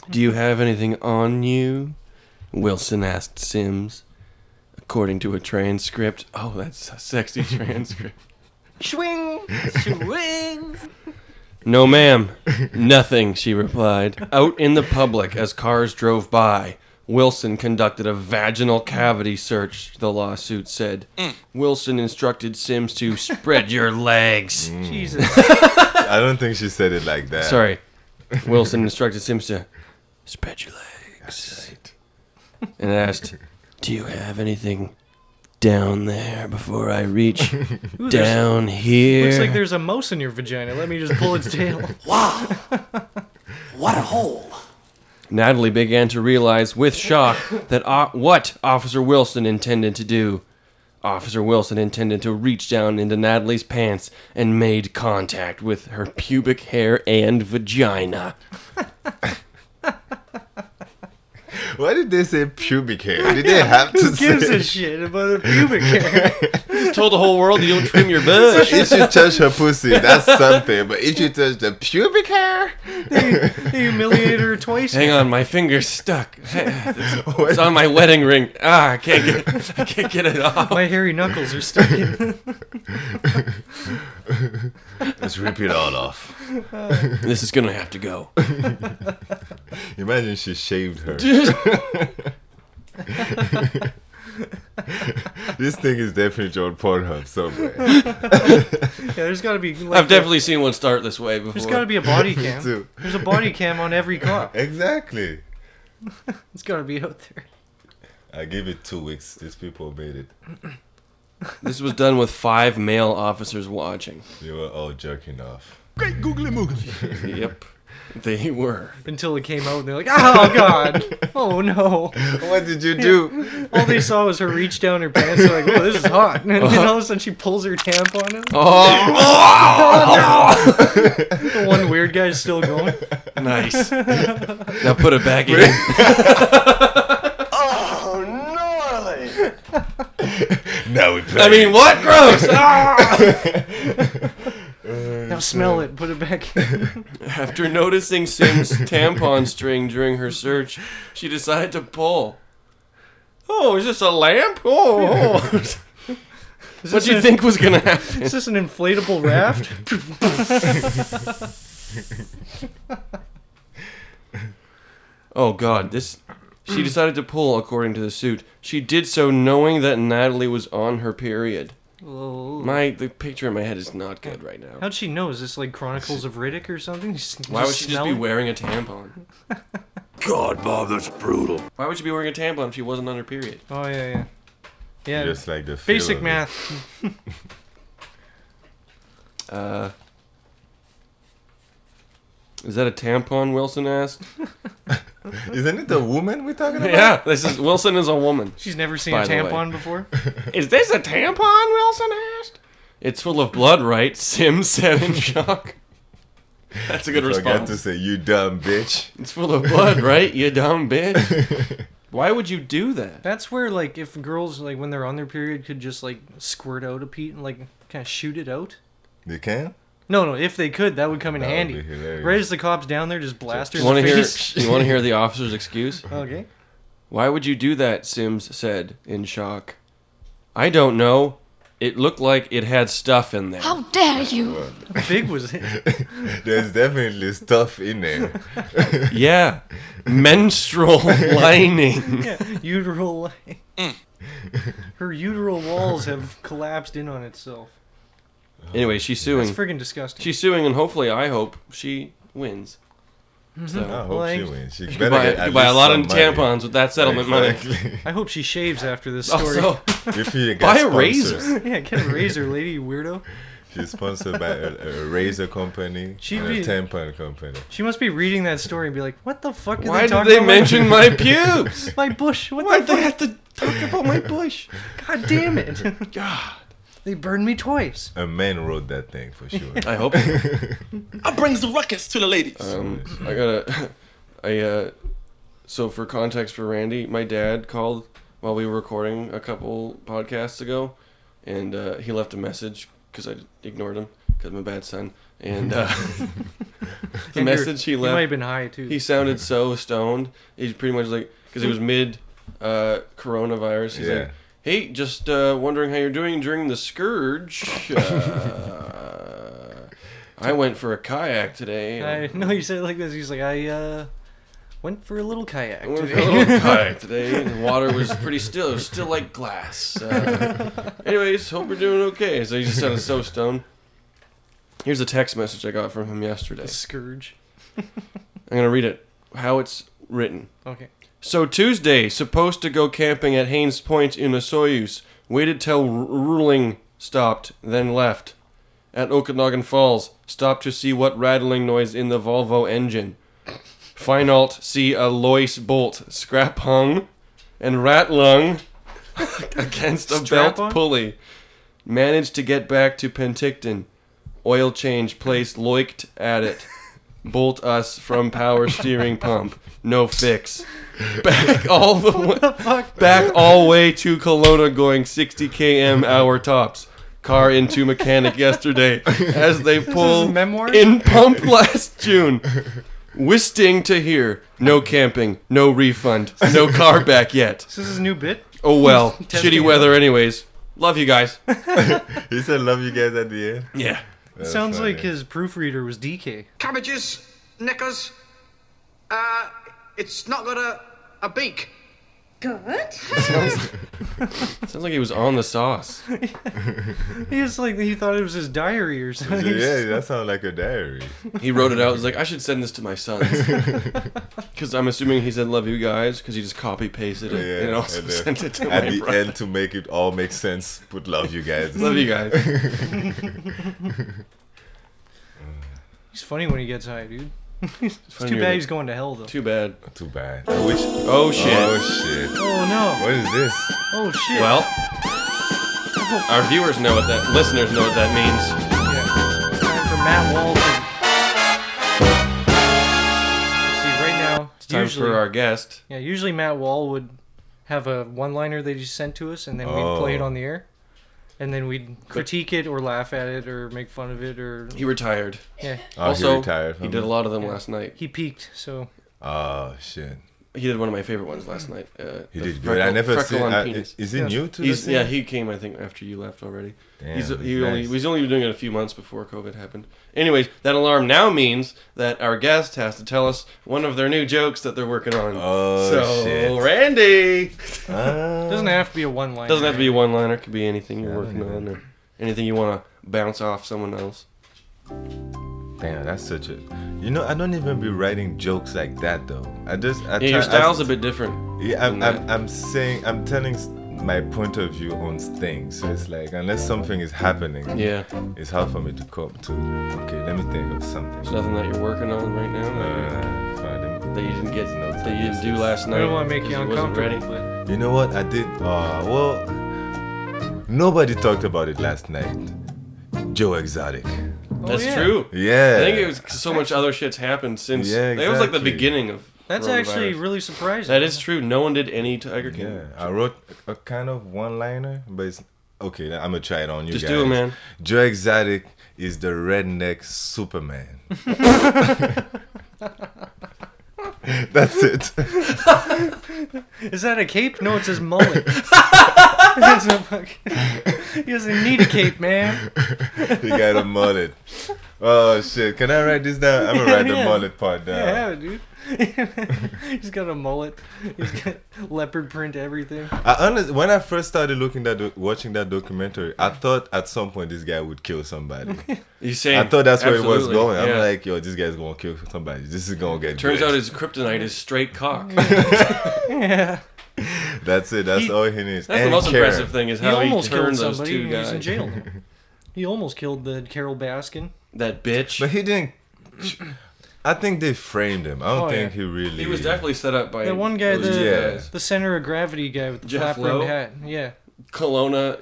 Speaker 4: Do you have anything on you? Wilson asked Sims. According to a transcript. Oh, that's a sexy transcript.
Speaker 5: Swing, swing.
Speaker 4: No, ma'am. Nothing, she replied. Out in the public as cars drove by, Wilson conducted a vaginal cavity search, the lawsuit said. Wilson instructed Sims to spread your legs.
Speaker 5: Jesus.
Speaker 3: I don't think she said it like that.
Speaker 4: Sorry. Wilson instructed Sims to spread your legs and asked, Do you have anything down there before I reach
Speaker 5: Ooh, there's-
Speaker 4: down here?
Speaker 5: Looks like there's a mouse in your vagina. Let me just pull its tail.
Speaker 4: Natalie began to realize with shock that o- what Officer Wilson intended to do. Officer Wilson intended to reach down into Natalie's pants and made contact with her pubic hair and vagina.
Speaker 3: Why did they say pubic hair? Did they have to
Speaker 5: Who gives
Speaker 3: say?
Speaker 5: a shit about a pubic hair?
Speaker 4: Told the whole world you'll trim your bush.
Speaker 3: if you touch her pussy, that's something. But if you touch the pubic hair,
Speaker 5: They humiliated her twice.
Speaker 4: Hang on, my finger's stuck. It's on my wedding ring. Ah, I can't get, I can't get it off.
Speaker 5: My hairy knuckles are stuck in.
Speaker 3: let's rip it all off.
Speaker 4: This is gonna have to go.
Speaker 3: Imagine she shaved her. this thing is definitely on Pornhub somewhere.
Speaker 5: Yeah, there's got to be. Like,
Speaker 4: I've definitely seen one start this way before.
Speaker 5: There's got to be a body cam.
Speaker 3: too.
Speaker 5: There's a body cam on every car.
Speaker 3: Exactly.
Speaker 5: It's got to be out there.
Speaker 3: I give it two weeks. These people made it.
Speaker 4: This was done with five male officers watching.
Speaker 3: They were all jerking off.
Speaker 4: Yep, they were.
Speaker 5: Until it came out, and they're like, "Oh God, oh no!"
Speaker 3: What did you do?
Speaker 5: All they saw was her reach down her pants. They're like, "Oh, this is hot!" And then
Speaker 4: Uh-huh.
Speaker 5: all of a sudden, she pulls her tampon out.
Speaker 4: Oh,
Speaker 5: The one weird guy's still going.
Speaker 4: nice. Now put it back in.
Speaker 3: now we play.
Speaker 4: I mean, what? Gross. Ah.
Speaker 5: Now smell it. Put it back. in.
Speaker 4: After noticing Sim's tampon string during her search, she decided to pull. Oh, is this a lamp? Oh, oh. what do you think was gonna happen?
Speaker 5: Is this an inflatable raft?
Speaker 4: Oh God, this. She decided to pull, according to the suit. She did so knowing that Natalie was on her period.
Speaker 5: Whoa.
Speaker 4: My the picture in my head is not good right now.
Speaker 5: Oh. How'd she know? Is this like Chronicles of Riddick or something? Just-
Speaker 4: Why would she just
Speaker 5: smell
Speaker 4: be
Speaker 5: it?
Speaker 4: wearing a tampon? God, Bob, that's brutal. Why would she be wearing a tampon if she wasn't on her period?
Speaker 5: Oh yeah, yeah. Yeah.
Speaker 3: Just like the feel
Speaker 5: basic
Speaker 3: of it.
Speaker 5: math.
Speaker 4: Uh, is that a tampon? Wilson asked.
Speaker 3: Isn't it the woman we're talking about?
Speaker 4: yeah, this is Wilson is a woman.
Speaker 5: She's never seen
Speaker 4: by
Speaker 5: a
Speaker 4: the way.
Speaker 5: tampon before.
Speaker 4: Is this a tampon? Wilson asked. It's full of blood, right? Sim Seven Shock. That's a good
Speaker 3: I forgot
Speaker 4: response.
Speaker 3: to say, you dumb bitch.
Speaker 4: It's full of blood, right? You dumb bitch. Why would you do that?
Speaker 5: That's where like if girls like when they're on their period could just like squirt out a pee and like kind of shoot it out.
Speaker 3: You can?
Speaker 5: No, no. If they could, that would come in
Speaker 3: That would
Speaker 5: handy.
Speaker 3: be hilarious.
Speaker 5: Right as the cops down there, just blast her.
Speaker 4: You
Speaker 5: in the
Speaker 4: want to hear?
Speaker 5: face.
Speaker 4: You want to hear the officer's excuse?
Speaker 5: Okay.
Speaker 4: Why would you do that? Sims said in shock. I don't know. It looked like it had stuff in there.
Speaker 7: How dare you?
Speaker 5: How big was it?
Speaker 3: There's definitely stuff in there.
Speaker 4: Yeah, menstrual lining.
Speaker 5: yeah, uteral.
Speaker 4: Mm.
Speaker 5: Her uteral walls have collapsed in on itself.
Speaker 4: Anyway, she's
Speaker 5: It's
Speaker 4: suing.
Speaker 5: friggin' disgusting.
Speaker 4: She's suing, and hopefully, I hope she wins.
Speaker 3: I
Speaker 4: So
Speaker 3: hope
Speaker 5: Like-
Speaker 3: she wins. She
Speaker 4: you
Speaker 3: better
Speaker 4: could buy,
Speaker 3: get
Speaker 4: you
Speaker 3: at
Speaker 4: could buy a
Speaker 3: least
Speaker 4: lot
Speaker 3: some
Speaker 4: of
Speaker 3: money.
Speaker 4: tampons with that settlement money.
Speaker 3: Exactly.
Speaker 5: I hope she shaves after this story.
Speaker 4: Also,
Speaker 3: if you get
Speaker 4: Buy a
Speaker 3: sponsors.
Speaker 4: razor.
Speaker 5: yeah, get a razor, lady, you weirdo.
Speaker 3: She's sponsored by a, a razor company
Speaker 5: She'd
Speaker 3: and
Speaker 5: be-
Speaker 3: a tampon company.
Speaker 5: She must be reading that story and be like, "What the fuck are
Speaker 4: why
Speaker 5: they
Speaker 4: did
Speaker 5: talking
Speaker 4: they
Speaker 5: about my-
Speaker 4: mention my pubes?
Speaker 5: my bush? What
Speaker 4: Why'd
Speaker 5: the
Speaker 4: they
Speaker 5: fuck?
Speaker 4: have to talk about my bush?
Speaker 5: God damn it! God, they burned me twice.
Speaker 3: A man wrote that thing for sure.
Speaker 4: I hope. so.
Speaker 11: I brings the ruckus to the ladies.
Speaker 4: Um, I gotta. I uh, so for context for Randy, my dad called while we were recording a couple podcasts ago, and uh, he left a message because I ignored him because I'm a bad son. And uh, the
Speaker 5: And you're-
Speaker 4: message he
Speaker 5: you might have
Speaker 4: left,
Speaker 5: been high too.
Speaker 4: he sounded so stoned. He's pretty much like because he was mid uh, coronavirus. He's
Speaker 3: Yeah.
Speaker 4: like, hey, just uh, wondering how you're doing during the scourge. Uh, I went for a kayak today. and-
Speaker 5: I know you said it like this. He's like, "I uh, went for a little kayak
Speaker 4: I went for
Speaker 5: today."
Speaker 4: a little kayak today, and the water was pretty still. It was still like glass. Uh, anyways, hope you're doing okay. So he just sounded so stoned. Here's a text message I got from him yesterday.
Speaker 5: Scourge.
Speaker 4: I'm gonna read it. How it's written.
Speaker 5: Okay.
Speaker 4: So Tuesday, supposed to go camping at Haynes Point in a Soyuz. Waited till r- ruling stopped, then left. At Okanagan Falls, stopped to see what rattling noise in the Volvo engine. Finault see a Lois bolt scrap hung and rat lung against a
Speaker 5: Strap
Speaker 4: belt
Speaker 5: on?
Speaker 4: pulley. Managed to get back to Penticton. Oil change place loiked at it. Bolt us from power steering pump. No fix. Back all the way. Back all way to Kelowna going 60 km hour tops. Car into mechanic yesterday as they pull
Speaker 5: memoir?
Speaker 4: in pump last June. Wisting to here. No camping. No refund. No car back yet.
Speaker 5: So this is a new bit.
Speaker 4: Oh well.
Speaker 5: Testing
Speaker 4: Shitty
Speaker 5: it.
Speaker 4: weather, anyways. Love you guys.
Speaker 3: he said, "Love you guys" at the end.
Speaker 4: Yeah.
Speaker 5: It sounds
Speaker 3: funny.
Speaker 5: like his proofreader was DK.
Speaker 11: Cabbages, knickers. Uh, it's not got a, a beak.
Speaker 4: Sounds like he was on the sauce.
Speaker 5: He was like he thought it was his diary or
Speaker 3: So,
Speaker 5: something.
Speaker 3: yeah, that sounds like a diary.
Speaker 4: He wrote it out. He's like, I should send this to my sons. Because I'm assuming he said, love you guys, because he just copy pasted it
Speaker 3: Yeah,
Speaker 4: and also
Speaker 3: and then
Speaker 4: sent it to
Speaker 3: at
Speaker 4: my
Speaker 3: the
Speaker 4: brother.
Speaker 3: end to make it all make sense. Put "Love you guys."
Speaker 4: Love you guys.
Speaker 5: He's funny when he gets high, dude. it's
Speaker 4: funny
Speaker 5: too
Speaker 4: when
Speaker 5: bad
Speaker 4: he-
Speaker 5: he's going to hell though.
Speaker 4: Too bad.
Speaker 3: Too bad. I wish.
Speaker 4: Oh, shit.
Speaker 3: Oh shit!
Speaker 5: Oh no!
Speaker 3: What is this?
Speaker 5: Oh shit!
Speaker 4: Well, our viewers know what that, listeners know what that means.
Speaker 5: Time for Matt Walton. See, right now,
Speaker 4: It's time
Speaker 5: usually,
Speaker 4: for our guest.
Speaker 5: yeah, usually Matt Wall would have a one-liner that he sent to us, and then we'd play it
Speaker 4: Oh.
Speaker 5: on the air, and then we'd critique it or laugh at it or make fun of it or
Speaker 4: He retired.
Speaker 5: yeah,
Speaker 3: Oh,
Speaker 4: also,
Speaker 3: he retired.
Speaker 4: he did a lot of them last night.
Speaker 5: he peaked. So
Speaker 3: Oh shit!
Speaker 4: He did one of my favorite ones last night. Uh,
Speaker 3: He
Speaker 4: the
Speaker 3: did good. I never
Speaker 4: Freckle
Speaker 3: seen-
Speaker 4: on
Speaker 3: I-
Speaker 4: Penis.
Speaker 3: is he Yeah. new to
Speaker 4: He's,
Speaker 3: this
Speaker 4: yeah,
Speaker 3: thing?
Speaker 4: he came I think after you left already.
Speaker 3: Damn,
Speaker 4: he's, he
Speaker 3: that's
Speaker 4: only
Speaker 3: nice.
Speaker 4: he's only been doing it a few months before COVID happened. Anyways, that alarm now means that our guest has to tell us one of their new jokes that they're working on.
Speaker 3: Oh
Speaker 4: so,
Speaker 3: shit.
Speaker 4: Randy.
Speaker 3: Ah.
Speaker 5: Doesn't have to be a one-liner.
Speaker 4: Doesn't have to be a one liner. It could be anything you're
Speaker 5: Yeah, I don't
Speaker 4: working on or anything you want to bounce off someone else.
Speaker 3: Damn, that's such a. You know, I don't even be writing jokes like that though. I just. I
Speaker 4: Yeah, your
Speaker 3: try- I-
Speaker 4: style's a bit different
Speaker 3: Yeah, I'm,
Speaker 4: than
Speaker 3: I'm, I'm saying, I'm telling s- my point of view on things. So it's like, unless something is happening,
Speaker 4: Yeah.
Speaker 3: it's hard for me to come to. Okay, let me think of something.
Speaker 4: There's nothing that you're working on right now
Speaker 3: Uh, fine,
Speaker 4: that you didn't get that you didn't do last night.
Speaker 5: I don't wanna make you
Speaker 4: because wasn't
Speaker 5: uncomfortable,
Speaker 4: ready.
Speaker 3: You know what? I did. Uh, well, nobody talked about it last night. Joe Exotic.
Speaker 5: Oh,
Speaker 4: That's true.
Speaker 3: Yeah.
Speaker 4: I think it was 'cause so much other shit's happened since.
Speaker 3: Yeah,
Speaker 4: That was like the
Speaker 3: exactly.
Speaker 4: beginning of.
Speaker 5: That's actually
Speaker 4: coronavirus.
Speaker 5: really surprising.
Speaker 4: That is true. No one did any Tiger King.
Speaker 3: Yeah, I wrote a a kind of one-liner, but it's okay. I'm gonna try it on you
Speaker 4: Just
Speaker 3: guys.
Speaker 4: do it, man.
Speaker 3: Joe Exotic is the redneck Superman. That's it.
Speaker 5: Is that a cape? No, it's his mullet. That's no fucking- he doesn't need a cape, man.
Speaker 3: he got a mullet. Oh shit! Can I write this down? I'm gonna write the
Speaker 5: Yeah.
Speaker 3: mullet part down.
Speaker 5: Yeah, dude. He's got a mullet. He's got leopard print everything.
Speaker 3: I honest, when I first started looking that do- watching that documentary, I thought at some point this guy would kill somebody.
Speaker 4: You saying-
Speaker 3: I thought that's where it was
Speaker 4: absolutely,
Speaker 3: going. I'm
Speaker 4: yeah.
Speaker 3: like, yo, this guy's gonna kill somebody. This is gonna get.
Speaker 4: Turns
Speaker 3: good.
Speaker 4: out his kryptonite is straight cock.
Speaker 5: Yeah.
Speaker 3: That's it. That's
Speaker 5: He-
Speaker 3: all he needs.
Speaker 4: That's the
Speaker 3: And
Speaker 4: most
Speaker 3: Karen.
Speaker 4: impressive thing is
Speaker 5: He
Speaker 4: how he,
Speaker 5: almost killed
Speaker 4: turned those
Speaker 5: somebody.
Speaker 4: two
Speaker 5: and He's
Speaker 4: guys.
Speaker 5: in jail. now. he almost killed the Carol Baskin.
Speaker 4: That bitch.
Speaker 3: But he didn't. I think they framed him. I don't
Speaker 5: Oh,
Speaker 3: think
Speaker 5: yeah.
Speaker 3: he really.
Speaker 4: He was definitely set up by
Speaker 5: That one guy,
Speaker 4: those
Speaker 5: the
Speaker 4: two
Speaker 3: Yeah.
Speaker 4: guys.
Speaker 5: the center of gravity guy with the
Speaker 4: Jeff
Speaker 5: flap rimmed
Speaker 4: Lowe?
Speaker 5: hat. Yeah,
Speaker 4: Kelowna,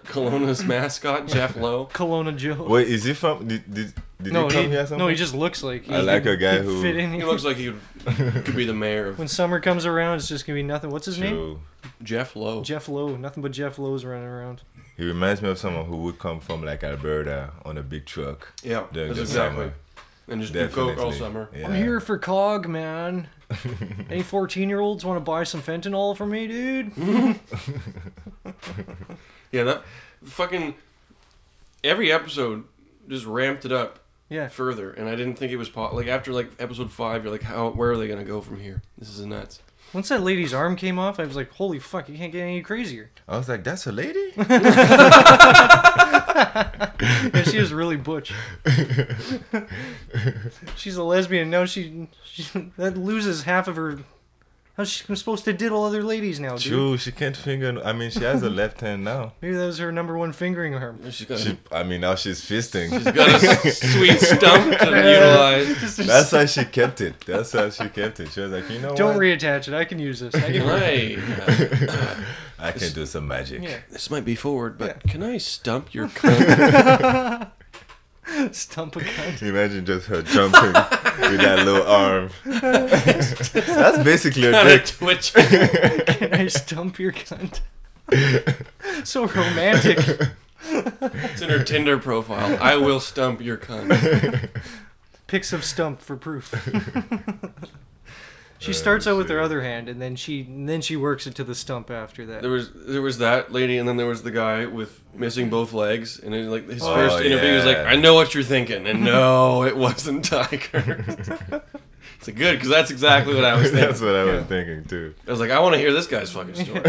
Speaker 4: Kelowna's mascot Jeff Lowe.
Speaker 5: Kelowna Joe.
Speaker 3: Wait, is he from? Did did, did
Speaker 5: no,
Speaker 3: he come
Speaker 5: he,
Speaker 3: here? or something?
Speaker 5: no, he just looks like. He
Speaker 3: I like
Speaker 5: could-
Speaker 3: a guy
Speaker 5: he'd
Speaker 3: who-
Speaker 5: fit in
Speaker 4: He
Speaker 5: here.
Speaker 4: looks like he would- could be the mayor of
Speaker 5: When summer comes around, it's just gonna be nothing. What's his name?
Speaker 3: True.
Speaker 4: Jeff Lowe.
Speaker 5: Jeff Lowe. Nothing but Jeff Lowe's running around.
Speaker 3: He reminds me of someone who would come from like Alberta on a big truck.
Speaker 4: Yeah,
Speaker 3: during
Speaker 4: that's
Speaker 3: the
Speaker 4: exactly.
Speaker 3: summer.
Speaker 4: And just do coke all summer.
Speaker 3: Yeah.
Speaker 5: I'm here for cog, man. Any 14 year olds want to buy some fentanyl for me, dude?
Speaker 4: Yeah, that fucking every episode just ramped it up.
Speaker 5: Yeah.
Speaker 4: Further, and I didn't think it was po- like after like episode five, you're like, how? Where are they gonna go from here? This is nuts.
Speaker 5: Once that lady's arm came off, I was like, holy fuck, you can't get any crazier.
Speaker 3: I was like, that's a lady.
Speaker 5: Yeah, she was really butch. She's a lesbian. Now she, she that loses half of her. How's she supposed to diddle other ladies now, dude?
Speaker 3: True, she can't finger. I mean, she has a left hand now.
Speaker 5: Maybe that was her number one fingering arm.
Speaker 4: She's
Speaker 3: She, I mean, now she's fisting. She's
Speaker 4: got a s- sweet stump to utilize.
Speaker 3: That's how she kept it. That's how she kept it. She was like, you know
Speaker 5: Don't
Speaker 3: what?
Speaker 5: reattach it. I can use this. I can
Speaker 4: Right.
Speaker 3: I can do some magic.
Speaker 5: Yeah.
Speaker 4: uh, This might be forward, but can I stump your cunt?
Speaker 5: Stump a cunt.
Speaker 3: Imagine just her jumping with that little arm. That's basically a
Speaker 4: Kinda
Speaker 3: dick.
Speaker 4: twitch.
Speaker 5: Can I stump your cunt? so romantic.
Speaker 4: it's in her Tinder profile. I will stump your cunt.
Speaker 5: Pics of stump for proof. she starts out with
Speaker 4: Uh,
Speaker 5: her other hand, and then she and then she works it to the stump after that.
Speaker 4: There was there was that lady, and then there was the guy with missing both legs, and it, like his
Speaker 3: Oh,
Speaker 4: first interview was like,
Speaker 3: yeah.
Speaker 4: "I know what you're thinking," and no, it wasn't Tiger. it's like, good because that's exactly what I was thinking.
Speaker 3: That's what I was thinking too.
Speaker 4: I was like, I want to hear this guy's fucking story,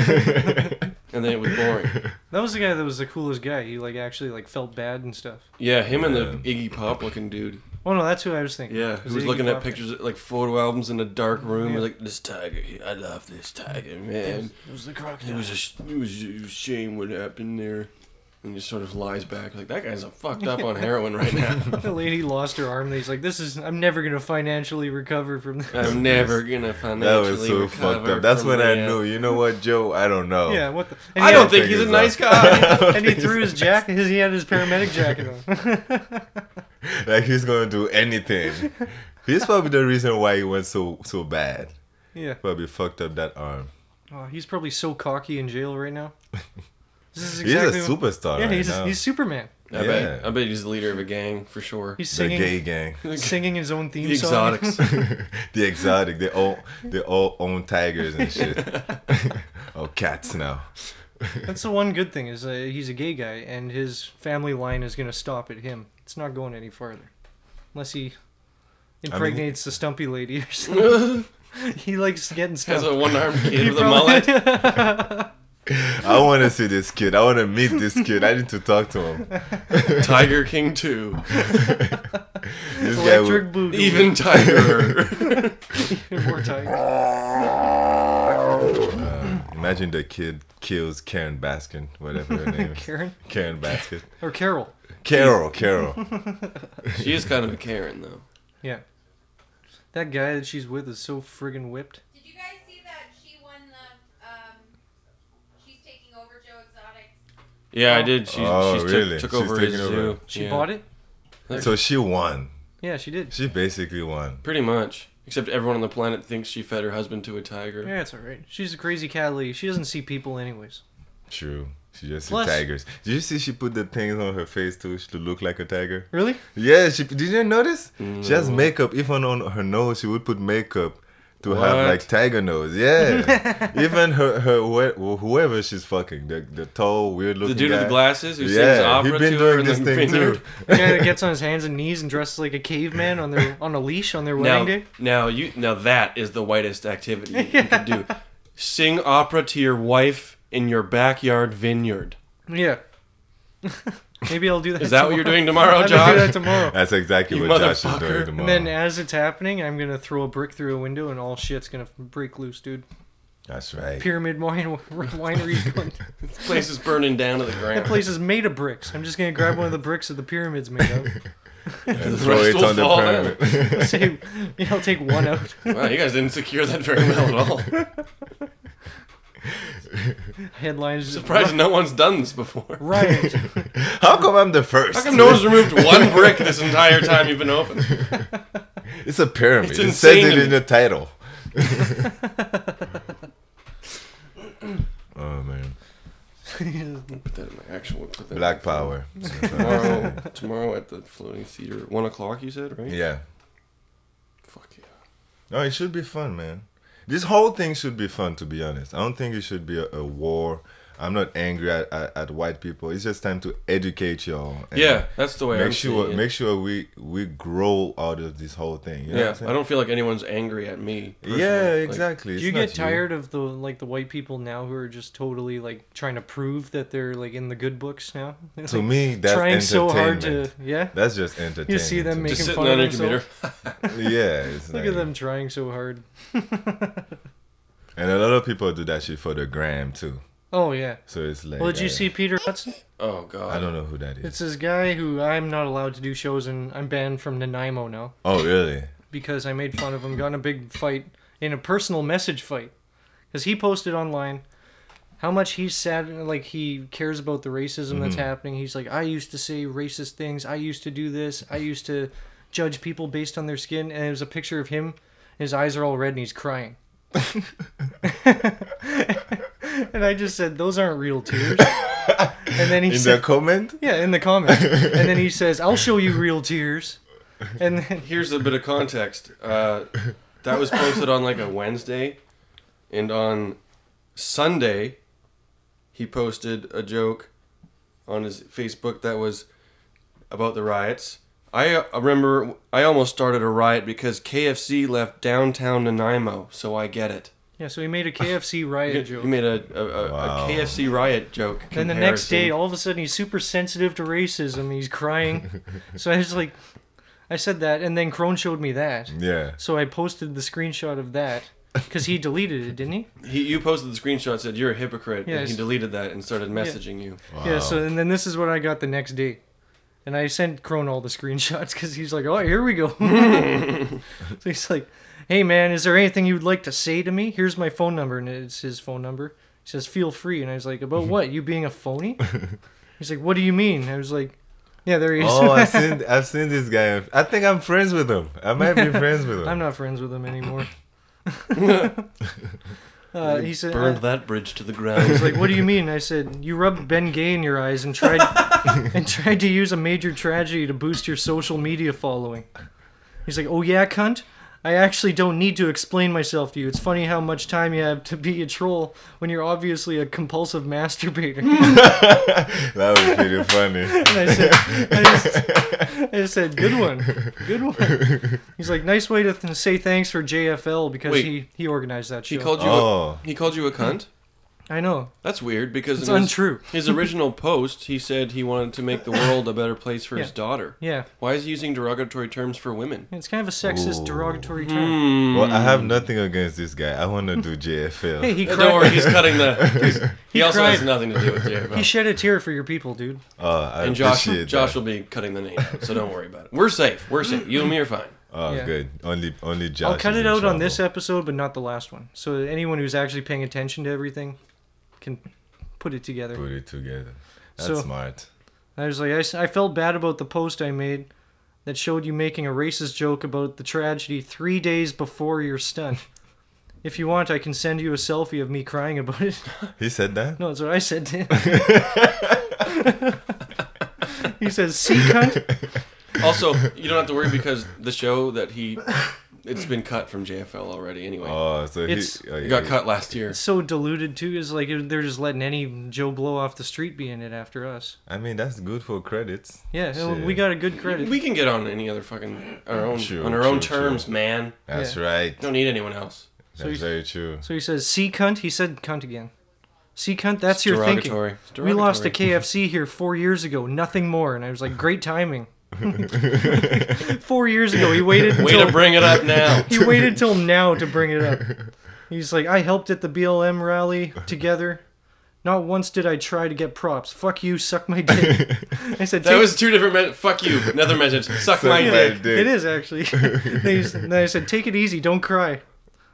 Speaker 4: and then it was boring.
Speaker 5: That was the guy that was the coolest guy. He like actually like felt bad and stuff.
Speaker 4: Yeah, him and the Iggy Pop looking dude.
Speaker 5: Oh no, that's who I was thinking.
Speaker 4: Yeah,
Speaker 5: It
Speaker 4: who was
Speaker 5: Iggy
Speaker 4: looking
Speaker 5: Pop.
Speaker 4: at pictures, like photo albums in a dark room.
Speaker 5: Yeah.
Speaker 4: He's like, "This tiger, he- I love this tiger, man."
Speaker 5: It was the crocodile.
Speaker 4: It was a, sh- it was a shame what happened there, and just sort of lies back like, "That guy's fucked up on heroin right now.
Speaker 5: the lady lost her arm. and He's like, "This is. I'm never gonna financially recover from this."
Speaker 4: I'm never gonna
Speaker 3: That
Speaker 4: financially
Speaker 3: was so
Speaker 4: recover."
Speaker 3: fucked up. That's
Speaker 4: from
Speaker 3: when I
Speaker 4: that."
Speaker 3: knew. You know what, Joe? I don't know.
Speaker 5: Yeah, what the?
Speaker 4: I
Speaker 5: he
Speaker 4: don't
Speaker 5: had-
Speaker 4: think he's a
Speaker 3: Figures
Speaker 4: nice
Speaker 3: out.
Speaker 4: guy.
Speaker 5: and he threw his jacket. His, he had his paramedic jacket on.
Speaker 3: Like he's gonna do anything. He's probably the reason why he went so so bad.
Speaker 5: Yeah.
Speaker 3: Probably fucked up that arm.
Speaker 5: oh, he's probably so cocky in jail right now. This is
Speaker 3: He's a
Speaker 5: what-
Speaker 3: superstar
Speaker 5: Yeah,
Speaker 3: right
Speaker 5: he's
Speaker 3: now.
Speaker 5: he's Superman.
Speaker 4: I bet. I bet he's the leader of a gang for sure.
Speaker 5: He's singing,
Speaker 3: gay gang.
Speaker 5: singing his own theme
Speaker 4: The
Speaker 5: song.
Speaker 4: Exotics.
Speaker 3: the exotic. They all they all own tigers and shit. oh, cats now.
Speaker 5: That's the one good thing is uh, he's a gay guy, and his family line is gonna stop at him. It's not going any farther, unless he impregnates the stumpy lady or something. he likes getting stumped.
Speaker 4: a one-armed kid
Speaker 5: He
Speaker 4: with a
Speaker 5: probably-
Speaker 3: I want to see this kid. I want to meet this kid. I need to talk to him.
Speaker 4: Tiger King two.
Speaker 3: this guy would-
Speaker 5: Electric Boogaloo.
Speaker 4: Even tighter.
Speaker 5: Even more tiger.
Speaker 3: Uh, imagine the kid kills Karen Baskin, whatever her name is.
Speaker 5: Karen?
Speaker 3: Karen Baskin.
Speaker 5: Or Carol.
Speaker 3: Carol, Carol.
Speaker 4: she is kind of a Karen though.
Speaker 5: Yeah. That guy that she's with is so friggin' whipped.
Speaker 12: Did you guys see that she won the? Um, she's taking over Joe Exotic.
Speaker 4: Yeah, I did. She,
Speaker 3: Oh,
Speaker 4: she's took-
Speaker 3: really?
Speaker 4: took,
Speaker 3: She's
Speaker 4: over
Speaker 3: taking
Speaker 4: his
Speaker 3: over.
Speaker 4: zoo.
Speaker 5: She
Speaker 4: Yeah.
Speaker 5: bought it.
Speaker 3: So she won.
Speaker 5: Yeah, she did.
Speaker 3: She basically won.
Speaker 4: Pretty much. Except everyone on the planet thinks she fed her husband to a tiger.
Speaker 5: Yeah, it's all right. She's a crazy cat lady. She doesn't see people anyways.
Speaker 3: True. She just
Speaker 5: Plus-
Speaker 3: see tigers. Did you see she put the things on her face too to look like a tiger?
Speaker 5: Really?
Speaker 3: Yeah. She did you notice? She has
Speaker 4: No.
Speaker 3: makeup even on her nose. She would put makeup to
Speaker 4: What?
Speaker 3: have like tiger nose. Yeah. even her her wh- whoever she's fucking the the tall weird looking
Speaker 4: The dude
Speaker 3: guy.
Speaker 4: with the glasses who sings
Speaker 3: he
Speaker 4: opera
Speaker 3: been
Speaker 4: to her
Speaker 3: doing
Speaker 4: in
Speaker 3: this
Speaker 4: the
Speaker 3: thing
Speaker 4: vineyard.
Speaker 3: too.
Speaker 5: The guy that gets on his hands and knees and dresses like a caveman on their on a leash on their
Speaker 4: Now,
Speaker 5: wedding day.
Speaker 4: now you now that is the whitest activity you can do. Sing opera to your wife in your backyard vineyard.
Speaker 5: Yeah. Maybe I'll do that.
Speaker 4: Is that what you're doing tomorrow,
Speaker 5: I'm
Speaker 4: Josh?
Speaker 5: gonna do that tomorrow.
Speaker 3: That's exactly
Speaker 4: You
Speaker 3: what Josh is
Speaker 4: motherfucker.
Speaker 3: doing
Speaker 5: And
Speaker 3: tomorrow.
Speaker 5: then as it's happening, I'm gonna throw a brick through a window and all shit's gonna break loose, dude.
Speaker 3: That's right.
Speaker 5: Pyramid wine winery's going.
Speaker 4: This place is burning down to the ground.
Speaker 5: That place is made of bricks. I'm just gonna grab one of the bricks that the pyramid's made of.
Speaker 3: And
Speaker 4: The
Speaker 3: throw
Speaker 4: rest
Speaker 3: it
Speaker 4: will
Speaker 3: on the
Speaker 4: fall
Speaker 3: pyramid.
Speaker 5: Say, yeah, I'll take one out.
Speaker 4: Wow, you guys didn't secure that very well at all.
Speaker 5: Headlines.
Speaker 4: Surprised no one's done this before.
Speaker 5: Riot.
Speaker 3: How come I'm the first?
Speaker 4: How come no one's removed one brick this entire time you've been open?
Speaker 3: It's a pyramid.
Speaker 4: It's
Speaker 3: it says
Speaker 4: insane
Speaker 3: it
Speaker 4: to
Speaker 3: in
Speaker 4: me.
Speaker 3: the title. oh man,
Speaker 4: Put that in my actual. Put that
Speaker 3: Black Power. That's what I'm
Speaker 4: tomorrow,
Speaker 3: saying.
Speaker 4: tomorrow at the floating theater, one o'clock. You said right?
Speaker 3: yeah.
Speaker 4: Fuck yeah.
Speaker 3: No, it should be fun, man. This whole thing should be fun, to be honest. I don't think it should be a, a war. I'm not angry at, at, at white people. It's just time to educate y'all. and
Speaker 4: Yeah, that's the way
Speaker 3: Make
Speaker 4: I'm
Speaker 3: sure,
Speaker 4: seeing it.
Speaker 3: make sure we we grow out of this whole thing. You know what I'm
Speaker 4: yeah,
Speaker 3: saying?
Speaker 4: I don't feel like anyone's angry at me. personally.
Speaker 3: Yeah,
Speaker 4: Like,
Speaker 3: exactly.
Speaker 5: Do
Speaker 3: It's
Speaker 5: you
Speaker 3: not
Speaker 5: get tired of the like the white people now who are just totally like trying to prove that they're like in the good books now? Like,
Speaker 3: To me, that's
Speaker 5: trying
Speaker 3: entertainment.
Speaker 5: so hard to yeah.
Speaker 3: That's just entertainment.
Speaker 5: You see them
Speaker 4: Just
Speaker 5: making
Speaker 4: sitting
Speaker 5: fun of
Speaker 4: on your
Speaker 5: themselves.
Speaker 4: computer.
Speaker 3: Yeah, it's
Speaker 5: Look
Speaker 3: like-
Speaker 5: at them trying so hard.
Speaker 3: And a lot of people do that shit for the gram too.
Speaker 5: Oh yeah.
Speaker 3: So it's like.
Speaker 5: well, did you
Speaker 3: I-
Speaker 5: see Peter Hudson?
Speaker 4: oh god.
Speaker 3: I don't know who that is.
Speaker 5: It's this guy who I'm not allowed to do shows and I'm banned from Nanaimo now.
Speaker 3: Oh really?
Speaker 5: because I made fun of him, got in a big fight, in a personal message fight, because he posted online how much he's sad, like he cares about the racism that's
Speaker 3: Mhm.
Speaker 5: happening. He's like, I used to say racist things, I used to do this, I used to judge people based on their skin, and it was a picture of him. His eyes are all red and he's crying. and I just said, those aren't real tears. And then he
Speaker 3: In
Speaker 5: said,
Speaker 3: the comment?
Speaker 5: yeah, in the comment. and then he says, I'll show you real tears. And then
Speaker 4: Here's a bit of context. Uh, that was posted on like a Wednesday, and on Sunday, he posted a joke on his Facebook that was about the riots. I uh, remember I almost started a riot because KFC left downtown Nanaimo, so I get it.
Speaker 5: Yeah, so he made a KFC
Speaker 4: You
Speaker 5: riot joke.
Speaker 4: you made a, a, a,
Speaker 3: Wow.
Speaker 4: a KFC riot joke.
Speaker 5: Then the next day, all of a sudden, he's super sensitive to racism. He's crying. so I was like, I said that, and then Crone showed me that.
Speaker 3: Yeah.
Speaker 5: So I posted the screenshot of that because he deleted it, didn't he?
Speaker 4: he, you posted the screenshot said you're a hypocrite, and
Speaker 5: Yes.
Speaker 4: he deleted that and started messaging you.
Speaker 5: Yeah. So and then this is what I got the next day, and I sent Crone all the screenshots because he's like, oh, here we go. so he's like, hey man, is there anything you'd like to say to me? Here's my phone number, and it's his phone number. He says, feel free, and I was like, about what? You being a phony? He's like, what do you mean? I was like, yeah, there he is.
Speaker 3: Oh, I've seen I've seen this guy. I think I'm friends with him. I might be friends with him.
Speaker 5: I'm not friends with him anymore. Uh,
Speaker 13: You
Speaker 5: he said,
Speaker 13: burned
Speaker 5: uh,
Speaker 13: that bridge to the ground.
Speaker 5: He's like, "What do you mean?" I said, "You rubbed Ben Gay in your eyes and tried and tried to use a major tragedy to boost your social media following." He's like, "Oh yeah, cunt." I actually don't need to explain myself to you. It's funny how much time you have to be a troll when you're obviously a compulsive masturbator.
Speaker 3: That was pretty funny.
Speaker 5: And I said, I just, I just said, good one, good one. He's like, nice way to th- say thanks for JFL because
Speaker 4: Wait.
Speaker 5: he he organized that show.
Speaker 4: He called you.
Speaker 13: Oh.
Speaker 4: A, he called you a cunt.
Speaker 5: I know.
Speaker 4: That's weird because
Speaker 5: It's
Speaker 4: in his-
Speaker 5: untrue.
Speaker 4: His, original post, he said he wanted to make the world a better place for his
Speaker 5: Yeah.
Speaker 4: daughter.
Speaker 5: Yeah.
Speaker 4: Why is he using derogatory terms for women?
Speaker 5: It's kind of a sexist,
Speaker 3: Ooh.
Speaker 5: derogatory term.
Speaker 4: Hmm.
Speaker 3: Well, I have nothing against this guy. I want to do JFL.
Speaker 5: Mm. Hey, he
Speaker 4: Don't
Speaker 5: cried-
Speaker 4: worry, he's cutting the- he also
Speaker 5: cried.
Speaker 4: has nothing to do with JFL.
Speaker 5: He shed a tear for your people, dude.
Speaker 3: Oh, I
Speaker 4: and Josh,
Speaker 3: appreciate that.
Speaker 4: Josh will be cutting the name, out, so don't worry about it. We're safe. We're safe. You and me are fine.
Speaker 13: Uh,
Speaker 3: Oh,
Speaker 5: Yeah.
Speaker 3: good. Only, only Josh.
Speaker 5: I'll cut
Speaker 3: is
Speaker 5: it
Speaker 3: in
Speaker 5: out
Speaker 3: trouble.
Speaker 5: on this episode, but not the last one. So that anyone who's actually paying attention to everything can put it together.
Speaker 3: Put it together. That's
Speaker 5: So-
Speaker 3: smart.
Speaker 5: I was like, I, s- I felt bad about the post I made that showed you making a racist joke about the tragedy three days before your stunt. If you want, I can send you a selfie of me crying about it.
Speaker 3: He said that.
Speaker 5: No, that's what I said to him. he says, "See, cunt."
Speaker 4: Also, you don't have to worry because the show that he, it's been cut from JFL already. Anyway.
Speaker 3: Oh, so he-
Speaker 5: It's- oh,
Speaker 4: it
Speaker 5: yeah,
Speaker 4: got
Speaker 3: yeah.
Speaker 4: cut last year.
Speaker 5: It's so diluted too. Is like they're just letting any Joe blow off the street be in it after us.
Speaker 3: I mean, that's good for credits.
Speaker 5: Yeah, well,
Speaker 3: Shit.
Speaker 5: we got a good credit.
Speaker 4: We can get on any other fucking our own
Speaker 3: True,
Speaker 4: on our own
Speaker 3: true, true.
Speaker 4: terms, man.
Speaker 3: That's Yeah. right.
Speaker 4: Don't need anyone else.
Speaker 5: So That's you-
Speaker 3: very true.
Speaker 5: So he says, "See, cunt." He said, "Cunt" again. See, cunt. That's
Speaker 4: It's
Speaker 5: your
Speaker 4: derogatory.
Speaker 5: thinking.
Speaker 4: It's
Speaker 5: We lost a
Speaker 4: derogatory.
Speaker 5: KFC here four years ago. Nothing more. And I was like, "Great timing." four years ago, he waited.
Speaker 4: Way
Speaker 5: until,
Speaker 4: to bring it up now.
Speaker 5: he waited till now to bring it up. He's like, "I helped at the BLM rally together." Not once did I try to get props. Fuck you, suck my dick. I said
Speaker 4: That
Speaker 5: "Take-
Speaker 4: was two different. Me- fuck you. Another message. Suck my dick.
Speaker 5: it is actually. They just- and then I said, "Take it easy, don't cry."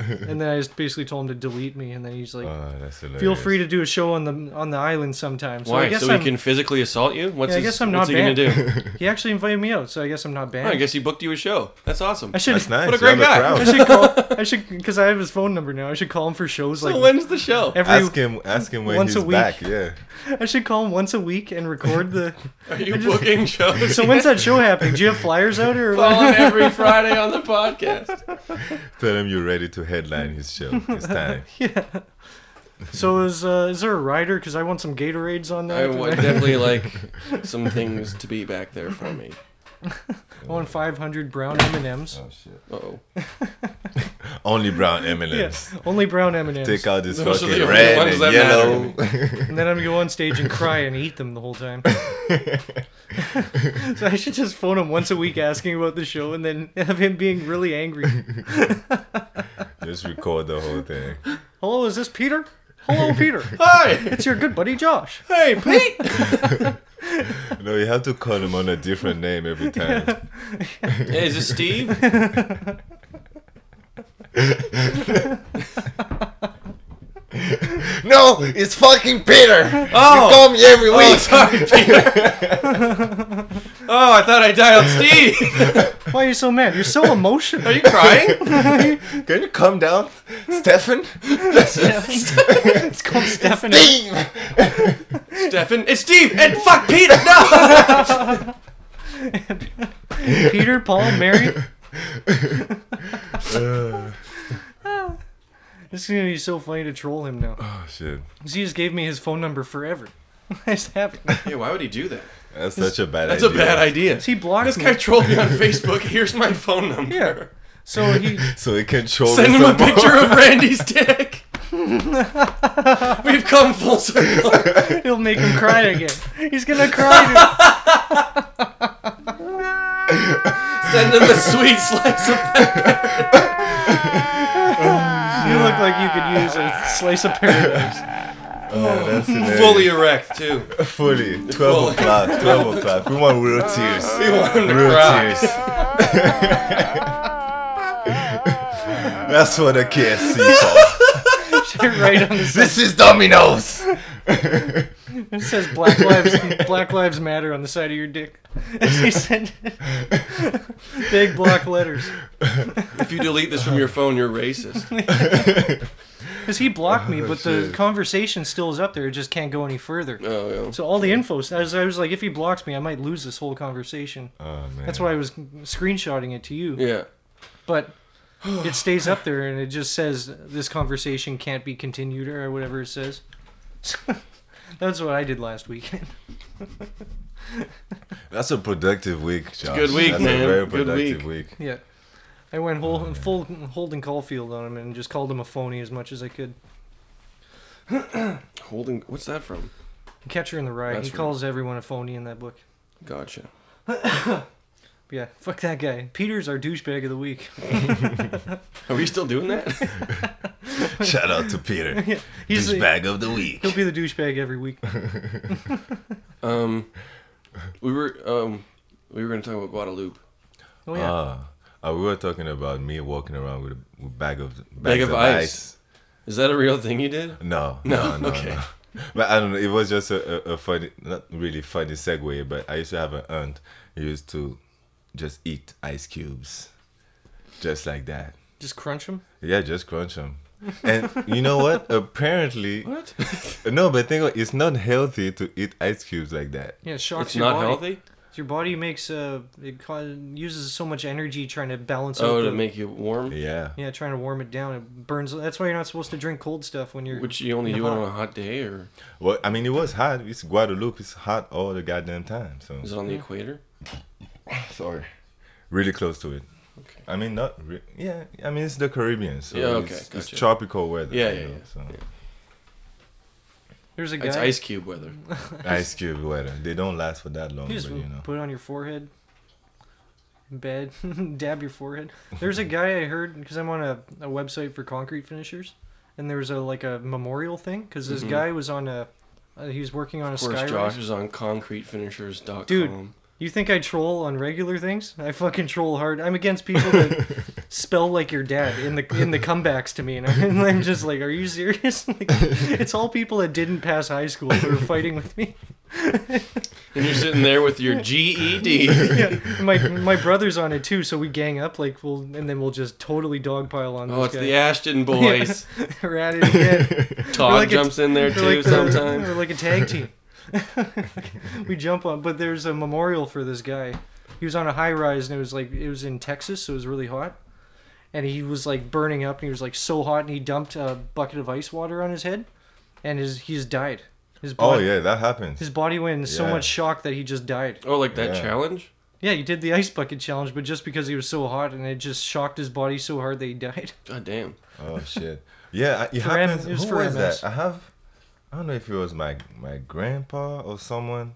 Speaker 5: And then I just basically told him to delete me, and then he's like,
Speaker 3: Oh, that's
Speaker 5: "Feel free to do a show on the on the island sometime." So
Speaker 4: Why?
Speaker 5: I guess
Speaker 4: so
Speaker 5: I'm,
Speaker 4: he can physically assault you? What's
Speaker 5: yeah, I
Speaker 4: his-
Speaker 5: guess I'm not
Speaker 4: what's
Speaker 5: banned.
Speaker 4: he gonna do?
Speaker 5: he actually invited me out, so I guess I'm not banned.
Speaker 4: Oh, I guess he booked you a show. That's awesome.
Speaker 5: I should.
Speaker 4: What a great guy.
Speaker 5: I should call. I should because I have his phone number now. I should call him for shows.
Speaker 4: So
Speaker 5: like
Speaker 4: when's the show?
Speaker 5: Every,
Speaker 3: ask him. Ask him when
Speaker 5: once
Speaker 3: he's
Speaker 5: a week.
Speaker 3: back. Yeah.
Speaker 5: I should call him once a week and record the.
Speaker 4: Are you booking shows?
Speaker 5: So when's that show happening? Do you have flyers out or?
Speaker 4: Call
Speaker 5: what?
Speaker 4: him every Friday on the podcast.
Speaker 3: Tell him you're ready to headline his show. It's time.
Speaker 5: yeah. So is uh, is there a rider? Because I want some Gatorades on that.
Speaker 4: I would definitely like some things to be back there for me.
Speaker 5: I want 500 brown M and M's.
Speaker 3: Oh shit.
Speaker 4: Oh.
Speaker 3: Only brown M&Ms.
Speaker 5: Only brown M and M's.
Speaker 3: Take out this fucking red and yellow.
Speaker 5: and then I'm gonna go on stage and cry and eat them the whole time. so I should just phone him once a week asking about the show, and then have him being really angry.
Speaker 3: Just record the whole thing.
Speaker 5: Hello, is this Peter? Hello, Peter.
Speaker 4: Hi.
Speaker 5: It's your good buddy Josh.
Speaker 4: Hey, Pete.
Speaker 3: No, you have to call him on a different name every time.
Speaker 4: Hey, is it Steve?
Speaker 3: no, it's fucking Peter.
Speaker 4: Oh.
Speaker 3: You call me every
Speaker 4: Oh,
Speaker 3: week.
Speaker 4: sorry, Peter. Oh, I thought I dialed Steve.
Speaker 5: Why are you so mad? You're so emotional.
Speaker 4: Are you crying?
Speaker 3: Can you come down, Stefan?
Speaker 5: it's called Stefan.
Speaker 4: Stefan. It's Steve and fuck Peter. No.
Speaker 5: Peter, Paul, Mary.
Speaker 3: Uh,
Speaker 5: This is gonna be so funny to troll him now.
Speaker 3: oh shit.
Speaker 5: 'Cause He just gave me his phone number forever. I just have it.
Speaker 4: Hey, why would he do that?
Speaker 3: That's such a bad
Speaker 4: That's
Speaker 3: idea.
Speaker 4: a bad idea.
Speaker 5: He blocked
Speaker 4: This
Speaker 5: me.
Speaker 4: guy trolled me on Facebook. Here's my phone number.
Speaker 5: Yeah. So he
Speaker 3: So it can troll
Speaker 4: Send
Speaker 3: me
Speaker 4: him a
Speaker 3: some more.
Speaker 4: picture of Randy's dick. We've come full circle.
Speaker 5: he'll make him cry again. He's gonna cry.
Speaker 4: Send him a sweet slice of
Speaker 5: Dude. You look like you could use a slice of paradise.
Speaker 3: Yeah, that's hilarious.
Speaker 4: Fully erect too.
Speaker 3: Fully. 12 o'clock. 12 o'clock. We want real tears.
Speaker 4: We want him to
Speaker 3: real
Speaker 4: cry.
Speaker 3: tears. That's what a KFC for.
Speaker 5: right on the
Speaker 3: This is Domino's.
Speaker 5: It says Black Lives Black Lives Matter on the side of your dick. As he sent it. big block letters.
Speaker 4: If you delete this from your phone, you're racist.
Speaker 5: because he blocked me,
Speaker 4: Oh,
Speaker 5: but the
Speaker 4: shit.
Speaker 5: conversation still is up there. It just can't go any further.
Speaker 4: Oh, yeah.
Speaker 5: So all the info, I was, I was like, if he blocks me, I might lose this whole conversation.
Speaker 3: Oh, man.
Speaker 5: That's why I was screenshotting it to you.
Speaker 4: Yeah.
Speaker 5: But it stays up there, and it just says this conversation can't be continued or whatever it says. That's what I did last weekend.
Speaker 3: That's a productive week, Josh.
Speaker 4: a good week,
Speaker 3: That's
Speaker 4: man.
Speaker 3: a very
Speaker 4: Good
Speaker 3: productive
Speaker 4: week.
Speaker 3: week.
Speaker 5: Yeah. I went
Speaker 4: Oh,
Speaker 5: whole, full holding Caulfield on him and just called him a phony as much as I could.
Speaker 4: Holding. What's that from?
Speaker 5: Catcher in the Rye.
Speaker 4: That's
Speaker 5: he
Speaker 4: right.
Speaker 5: calls everyone a phony in that book.
Speaker 4: Gotcha.
Speaker 5: Yeah, fuck that guy. Peter's our douchebag of the week.
Speaker 4: Are we still doing that?
Speaker 3: Shout out to Peter.
Speaker 5: Yeah,
Speaker 3: Douchebag of the week.
Speaker 5: He'll be the douchebag every week.
Speaker 4: Um, we were um, we were gonna talk about Guadalupe.
Speaker 5: Oh, yeah.
Speaker 3: Ah, uh, we were talking about me walking around with a with bag of
Speaker 4: Bag
Speaker 3: bags
Speaker 4: of ice. Is that a real thing you did?
Speaker 3: No, no,
Speaker 4: No,
Speaker 3: no.
Speaker 4: okay.
Speaker 3: no. But I don't know. It was just a, a, a funny, not really funny segue. But I used to have an aunt who used to just eat ice cubes, just like that.
Speaker 5: Just crunch him.
Speaker 3: Yeah, just crunch them. And you know what? Apparently,
Speaker 5: What?
Speaker 3: no, but think about it, it's not healthy to eat ice cubes like that.
Speaker 5: Yeah, it shocks your body. Your body makes uh, it ca- uses so much energy trying to balance.
Speaker 4: Oh,
Speaker 5: out
Speaker 4: to
Speaker 5: the-
Speaker 4: make you warm.
Speaker 3: Yeah.
Speaker 5: Yeah, trying to warm it down. It burns. That's why you're not supposed to drink cold stuff when you're.
Speaker 4: Which you only
Speaker 5: you're
Speaker 4: do it
Speaker 5: hot.
Speaker 4: on a hot day, or
Speaker 3: Well, I mean, it was hot. It's Guadeloupe. It's hot all the goddamn time. So
Speaker 4: is it on the equator?
Speaker 3: Sorry. really close to it. I mean, not. Re- yeah, I mean it's the Caribbean, so
Speaker 4: Yeah, okay,
Speaker 3: it's, it's
Speaker 4: gotcha.
Speaker 3: tropical weather.
Speaker 4: Yeah,
Speaker 3: you
Speaker 4: yeah,
Speaker 3: know,
Speaker 4: yeah,
Speaker 3: so.
Speaker 5: There's a guy.
Speaker 4: It's ice cube weather.
Speaker 3: Ice cube weather. They don't last for that long,
Speaker 5: You just
Speaker 3: but you know.
Speaker 5: put it on your forehead. Bed, dab your forehead. There's a guy I heard because I'm on a, a website for concrete finishers, and there was a like a memorial thing because this
Speaker 4: Mhm.
Speaker 5: guy was on a, uh, he was working on
Speaker 4: Of
Speaker 5: a
Speaker 4: course,
Speaker 5: skyrise.
Speaker 4: Josh is on concretefinishers.com.
Speaker 5: Dude, you think I troll on regular things? I fucking troll hard. I'm against people that spell like your dad in the in the comebacks to me, and I'm, and I'm just like, are you serious? Like, it's all people that didn't pass high school who are fighting with me.
Speaker 4: and you're sitting there with your E GED.
Speaker 5: yeah, my my brother's on it too, so we gang up like we'll and then we'll just totally dogpile on.
Speaker 4: Oh,
Speaker 5: this
Speaker 4: it's
Speaker 5: guy.
Speaker 4: the Ashton boys.
Speaker 5: Yeah, we're at it again.
Speaker 4: Todd
Speaker 5: We're a-
Speaker 4: jumps in there
Speaker 5: we're
Speaker 4: too
Speaker 5: the-
Speaker 4: sometimes.
Speaker 5: We're like a tag team. we jump on, but there's a memorial for this guy. He was on a high rise and it was like it was in Texas, so it was really hot. And he was like burning up, and he was like so hot, and he dumped a bucket of ice water on his head, and his he just died. His
Speaker 3: Oh
Speaker 5: body,
Speaker 3: yeah, that happens.
Speaker 5: his body went in so
Speaker 3: Yeah.
Speaker 5: much shock that he just died.
Speaker 4: Oh, like that
Speaker 3: Yeah.
Speaker 4: challenge?
Speaker 5: Yeah, he did the ice bucket challenge, but just because he was so hot and it just shocked his body so hard that he died.
Speaker 4: God damn.
Speaker 3: Oh shit. Yeah, I- it
Speaker 5: For M-
Speaker 3: happens.
Speaker 5: it was
Speaker 3: Who
Speaker 5: for
Speaker 3: was
Speaker 5: MS.
Speaker 3: that? I have. I don't know if it was my my grandpa or someone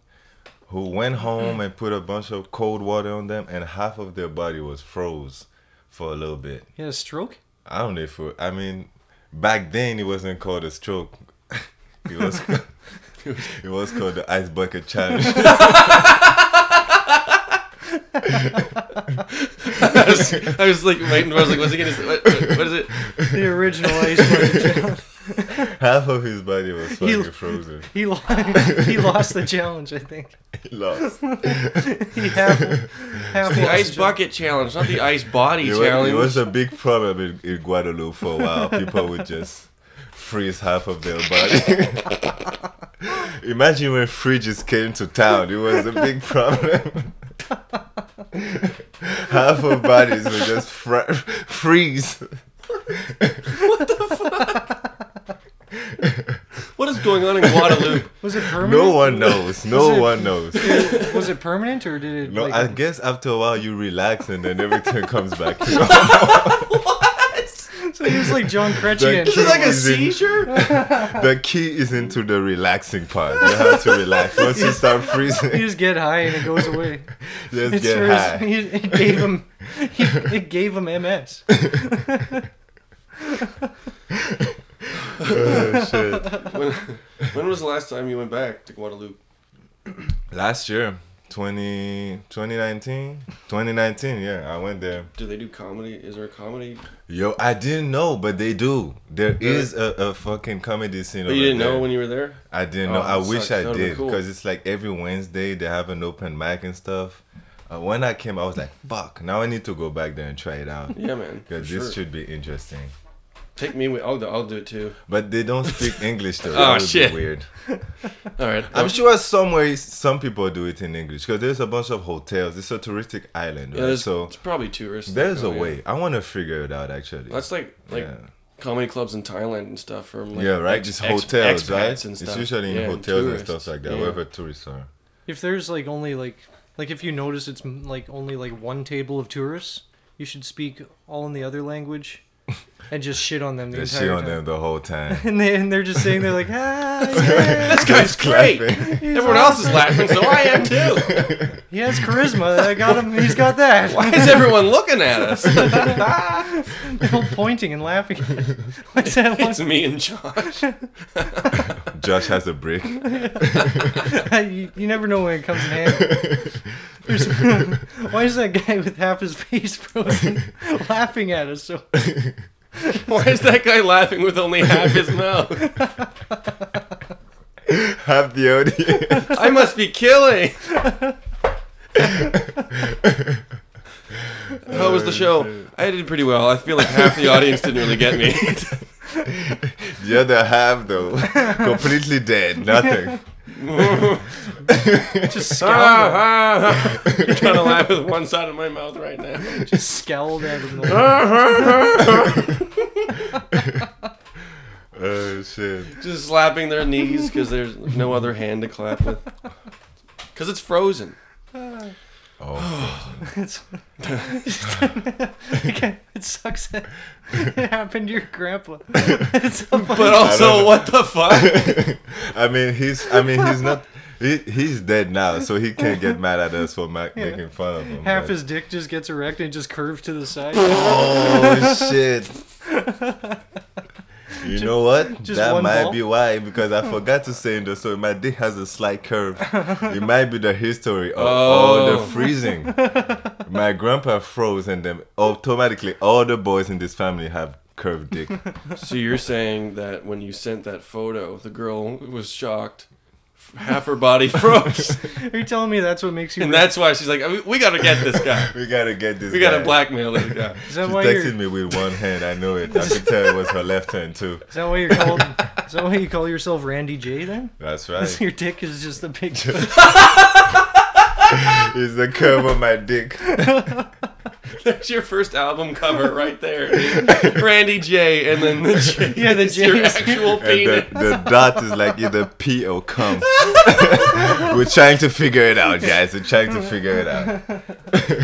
Speaker 3: who went home and put a bunch of cold water on them, and half of their body was froze for a little bit.
Speaker 5: He had a stroke.
Speaker 3: I don't know if it, I mean back then it wasn't called a stroke. It was it was called the ice bucket challenge.
Speaker 4: I was, I was like waiting. I was like, what's it gonna? What, what is it?
Speaker 5: The original ice bucket challenge.
Speaker 3: Half of his body was
Speaker 5: He-
Speaker 3: fucking frozen.
Speaker 5: He lost, he lost the challenge, I think.
Speaker 3: He lost.
Speaker 5: he half, half
Speaker 4: It's the
Speaker 5: lost
Speaker 4: ice
Speaker 5: the
Speaker 4: bucket challenge, not the ice body
Speaker 3: It was,
Speaker 4: challenge.
Speaker 3: it was a big problem in, in Guadeloupe for a while. People would just freeze half of their body. Imagine when fridges came to town. It was a big problem. half of bodies would just fr- freeze.
Speaker 4: What is going on in Guadalupe?
Speaker 5: Was it permanent?
Speaker 3: No one knows. No
Speaker 5: Was it-
Speaker 3: one knows.
Speaker 5: Was it permanent or did it?
Speaker 3: No,
Speaker 5: like,
Speaker 3: I guess after a while you relax and then everything comes back. to normal.
Speaker 5: so he was like John Kretchen.
Speaker 3: Is it like a seizure?
Speaker 5: you
Speaker 3: the key is into the relaxing part. You have to relax. Once you start freezing,
Speaker 5: just get high and it goes away.
Speaker 3: just
Speaker 5: It
Speaker 3: get
Speaker 5: serves-
Speaker 3: high.
Speaker 5: he- It gave him. He, it gave him MS.
Speaker 3: Oh, shit.
Speaker 4: when, when was the last time you went back to Guadalupe?
Speaker 3: Last year, 20, 2019? 2019, yeah, I went there.
Speaker 4: Do they do comedy? Is there a comedy?
Speaker 3: Yo, I didn't know, but they do. There is a, a fucking comedy scene.
Speaker 4: But
Speaker 3: over
Speaker 4: you didn't
Speaker 3: there.
Speaker 4: know when you were there.
Speaker 3: I didn't
Speaker 4: Oh,
Speaker 3: know.
Speaker 4: that
Speaker 3: I wish
Speaker 4: sucks.
Speaker 3: I
Speaker 4: That would've been
Speaker 3: did
Speaker 4: cool.
Speaker 3: because it's like every Wednesday they have an open mic and stuff. Uh, when I came, I was like, "Fuck! Now I need to go back there and try it out."
Speaker 4: Yeah, man,
Speaker 3: Because
Speaker 4: for
Speaker 3: this
Speaker 4: sure.
Speaker 3: should be interesting.
Speaker 4: Take me away. I'll, do- I'll do it too.
Speaker 3: But they don't speak English though.
Speaker 4: Oh,
Speaker 3: that would
Speaker 4: shit.
Speaker 3: Be weird.
Speaker 4: All right.
Speaker 3: I'm sure somewhere some people do it in English because there's a bunch of hotels. It's a touristic island,
Speaker 4: Yeah,
Speaker 3: right?
Speaker 4: there's-
Speaker 3: So
Speaker 4: it's probably touristic,
Speaker 3: There's a
Speaker 4: oh, yeah.
Speaker 3: way. I want to figure it out actually.
Speaker 4: That's like like
Speaker 3: Yeah.
Speaker 4: comedy clubs in Thailand and stuff from like
Speaker 3: yeah, right.
Speaker 4: ex-
Speaker 3: Just
Speaker 4: ex-
Speaker 3: hotels,
Speaker 4: expats
Speaker 3: right?
Speaker 4: And stuff.
Speaker 3: It's usually in
Speaker 4: Yeah,
Speaker 3: hotels and,
Speaker 4: tourists.
Speaker 3: stuff like that,
Speaker 4: Yeah.
Speaker 3: wherever tourists are.
Speaker 5: If there's like only like like if you notice it's mm, like only like one table of tourists, you should speak all in the other language and just shit on them the
Speaker 3: Just
Speaker 5: entire
Speaker 3: shit on
Speaker 5: time.
Speaker 3: them the whole time.
Speaker 5: And they and they're just saying they're like, ah, yeah."
Speaker 4: This guy's great.
Speaker 5: He's
Speaker 4: Everyone else is
Speaker 5: awesome.
Speaker 4: laughing, so I am too.
Speaker 5: He has charisma. I got him. He's got that.
Speaker 4: Why is everyone looking at us?
Speaker 5: They're all pointing and laughing. What's that
Speaker 4: It's
Speaker 5: one?
Speaker 4: me and Josh.
Speaker 3: Josh has a break.
Speaker 5: you, you never know when it comes in handy. There's- Why is that guy with half his face frozen laughing at us? So
Speaker 4: Why is that guy laughing with only half his mouth?
Speaker 3: Have the audience.
Speaker 4: I must be killing. How was the show? I did pretty well. I feel like half the audience didn't really get me.
Speaker 3: the other half though, completely dead. Nothing.
Speaker 5: just scowled.
Speaker 4: Ah, ah, ah. I'm trying to laugh with one side of my mouth right now.
Speaker 5: At, just scowled at him.
Speaker 3: Oh shit.
Speaker 4: Just slapping their knees because there's no other hand to clap with. Because it's frozen.
Speaker 3: Oh.
Speaker 5: It's, Again, it sucks that it happened to your grandpa. It's so funny.
Speaker 4: But also, what the fuck?
Speaker 3: I mean, he's. I mean, he's not. He, he's dead now, so he can't get mad at us for ma- making fun of him.
Speaker 5: half
Speaker 3: but-
Speaker 5: his dick just gets erect and just curves to the side.
Speaker 3: Oh shit! You know what?
Speaker 5: just
Speaker 3: that
Speaker 5: one
Speaker 3: might
Speaker 5: ball?
Speaker 3: be why because I forgot to say in the story my dick has a slight curve. It might be the history of all
Speaker 4: Oh.
Speaker 3: the freezing. my grandpa froze, and then automatically all the boys in this family have curved dick.
Speaker 4: So you're saying that when you sent that photo, the girl was shocked. Half her body froze.
Speaker 5: Are you telling me that's what makes you?
Speaker 4: and
Speaker 5: erect?
Speaker 4: that's why she's like, "We- we gotta get this guy.
Speaker 3: We gotta get this.
Speaker 4: We gotta
Speaker 3: guy.
Speaker 4: blackmail this guy.
Speaker 5: Is
Speaker 3: She
Speaker 5: that why you're?
Speaker 3: texted me with one hand. I know it. I could tell it was her left hand too.
Speaker 5: Is that why you're called? is that why you call yourself Randy J? Then
Speaker 3: That's
Speaker 5: 'Cause
Speaker 3: right.
Speaker 5: your dick is just a big.
Speaker 3: It's the curve of my dick.
Speaker 4: That's your first album cover right there. Randy J. And then the J.
Speaker 5: Yeah, the
Speaker 4: is your
Speaker 5: J is-
Speaker 4: actual
Speaker 3: And uh,
Speaker 4: penis.
Speaker 3: the, the dot is like either pee or cum. We're trying to figure it out, guys. We're trying to figure it out.